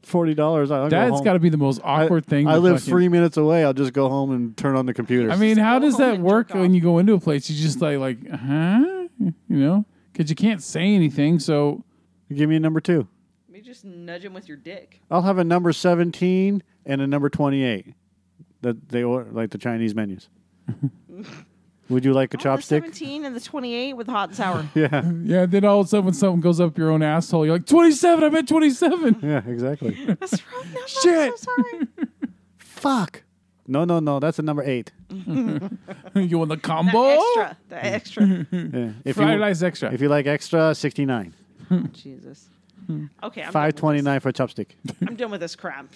forty dollars. I'll go that's home. got to be the most awkward thing. I to live fucking- three minutes away. I'll just go home and turn on the computer. I mean, how go does "Oh, home that and work jerk off. when you go into a place? You just like like, huh? You know, because you can't say anything. So give me a number two. You just nudge them with your dick. I'll have a number seventeen and a number twenty-eight. That they order like the Chinese menus. Would you like a Oh, chopstick? The 17 and the 28 with hot and sour. Yeah, yeah, then all of a sudden when something goes up your own asshole, you're like, twenty seven. I meant twenty seven. yeah, exactly. That's the wrong number. I'm Shit. so sorry. Fuck. No, no, no. That's a number eight. you want the The combo? extra. The Hmm. extra. Yeah. If Fried you rice extra. if you like extra, sixty nine. Jesus. Hmm. Okay, I'm Five done with twenty nine for a chopstick. this. I'm done with this crap.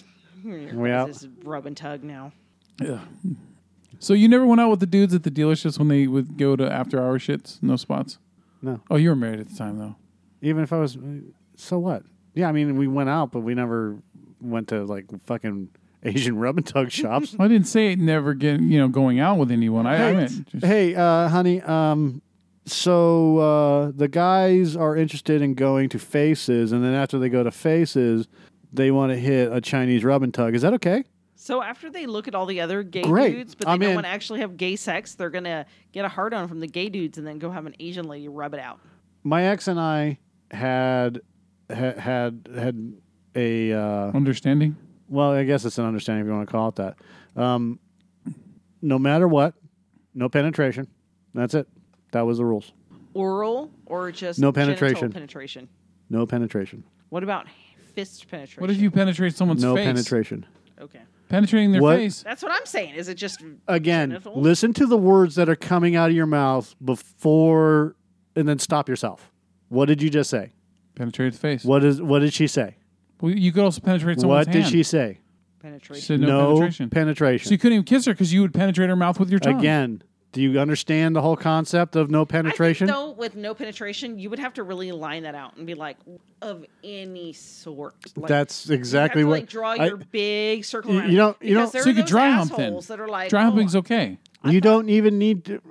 We out. This is rub and tug now. So you never went out with the dudes at the dealerships when they would go to after hour shits, no spots. No. Oh, you were married at the time though. Even if I was, so what? Yeah, I mean, we went out, but we never went to like fucking Asian rub and tug shops. I didn't say never get you know going out with anyone. I, I meant just, hey, uh, honey. Um, so uh, the guys are interested in going to Faces, and then after they go to Faces, they want to hit a Chinese rub and tug. Is that okay? So after they look at all the other gay Great. dudes, but they I'm don't in. want to actually have gay sex, they're gonna get a hard on from the gay dudes and then go have an Asian lady rub it out. My ex and I had ha- had had a. Uh, understanding. well, I guess it's an understanding if you want to call it that. Um, no matter what, no penetration. That's it. That was the rules. Oral or just No genital penetration. penetration. No penetration. What about fist penetration? What if you penetrate someone's No face? penetration. Okay, Penetrating their What? face. that's what I'm saying. Is it just Again, Genital? listen to the words that are coming out of your mouth before, and then stop yourself. What did you just say? Penetrate the face. What is? What did she say? Well, you could also penetrate someone's what did hand. she say? She penetration? said no, penetration. penetration. so you couldn't even kiss her because you would penetrate her mouth with your tongue. Again, do you understand the whole concept of no penetration? I think, though, with no penetration, you would have to really line that out and be like, of any sort. Like, That's exactly you have to, what like, draw I- your big circle. You- around you it. don't- you Because don't- there So are you could those dry hump then. assholes that are like, Dry oh, humping's okay. you don't even need to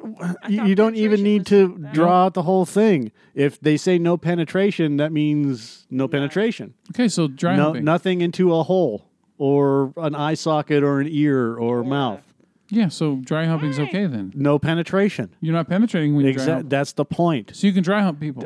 you, thought you don't even penetration need was to that. draw out the whole thing if they say no penetration that means no, penetration Okay, so dry no humping. nothing into a hole or an eye socket or an ear or, mouth Yeah, so dry humping's okay then. no penetration You're not penetrating when you dry Exact. hump. that's the point So you can dry hump people.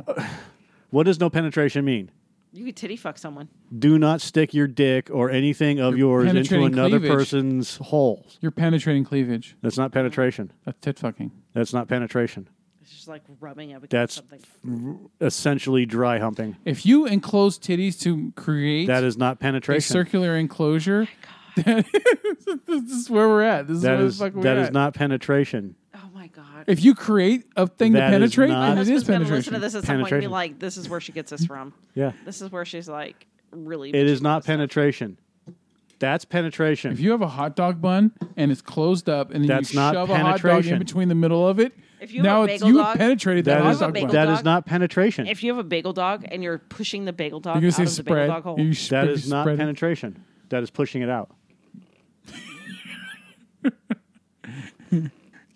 what does no penetration mean You could titty fuck someone. do not stick your dick or anything of yours into penetrating another cleavage. person's hole You're penetrating cleavage. that's not penetration That's tit fucking. that's not penetration It's just like rubbing up against That's- something. essentially dry humping If you enclose titties to create that is not a penetration circular Oh enclosure, that is, this is where we're at. This that is where is the fuck we're that at. is not penetration Oh, my god. If you create a thing That to is penetrate, not- then it is Husband's gonna listen penetration. to this at some point and be Penetration. like, "This is where she gets this from. Yeah. This is where she's like really." It is bitching not about this penetration. That's penetration. If you have a hot dog bun and it's closed up, and then That's you not shove a hot dog in penetration. between the middle of it, If you have now a it's bagel you dog- have penetrated that that hot is have a dog bagel bun. that dog. is not penetration. stuff. If you have a bagel dog and you're pushing the bagel dog You're out gonna of say the bagel spread. dog hole, You that spread- is not spread it. penetration. That is pushing it out.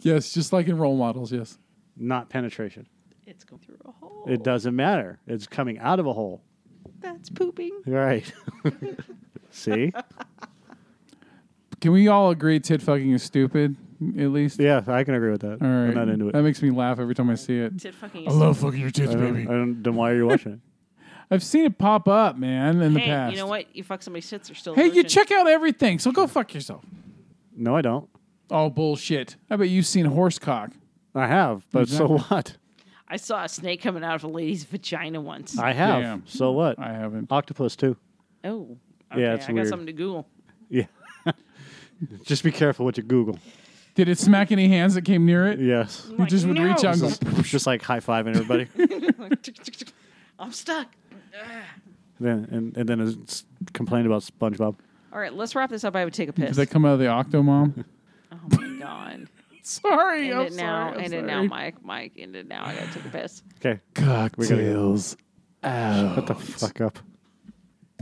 Yes, just like in role models. Yes. Not penetration. it's going through a hole. It doesn't matter. It's coming out of a hole. That's pooping. Right. See? Can we all agree tit fucking is stupid? At least. Yeah, I can agree with that. All right. I'm not into it. That makes me laugh every time I see it. Tit fucking. I is- love fucking your tits, I don't, baby. I don't, then why are you watching it? I've seen it pop up, man, in the Hey, past. you know what? You fuck somebody's tits are still. Hey, you virgin. check out everything, so go fuck yourself. No, I don't. Oh bullshit! I bet you've seen horse cock. I have, but Exactly. so what? I saw a snake coming out of a lady's vagina once. I have. Damn. So what? I haven't. Octopus too. oh. Okay, Yeah, it's I weird. got something to Google. Yeah. Just be careful what you Google. Did it smack any hands that came near it? Yes. You just would reach out and go. Just like high fiving everybody. I'm stuck. then and, and then it's complained about SpongeBob. All right, let's wrap this up. I would take a Did piss. that come out of the Octomom? oh my god. sorry, End I'm it now. sorry. I'm End it sorry. now, Mike. Mike, end it now. I gotta take a piss. Okay. Cocktails. Shut the fuck up.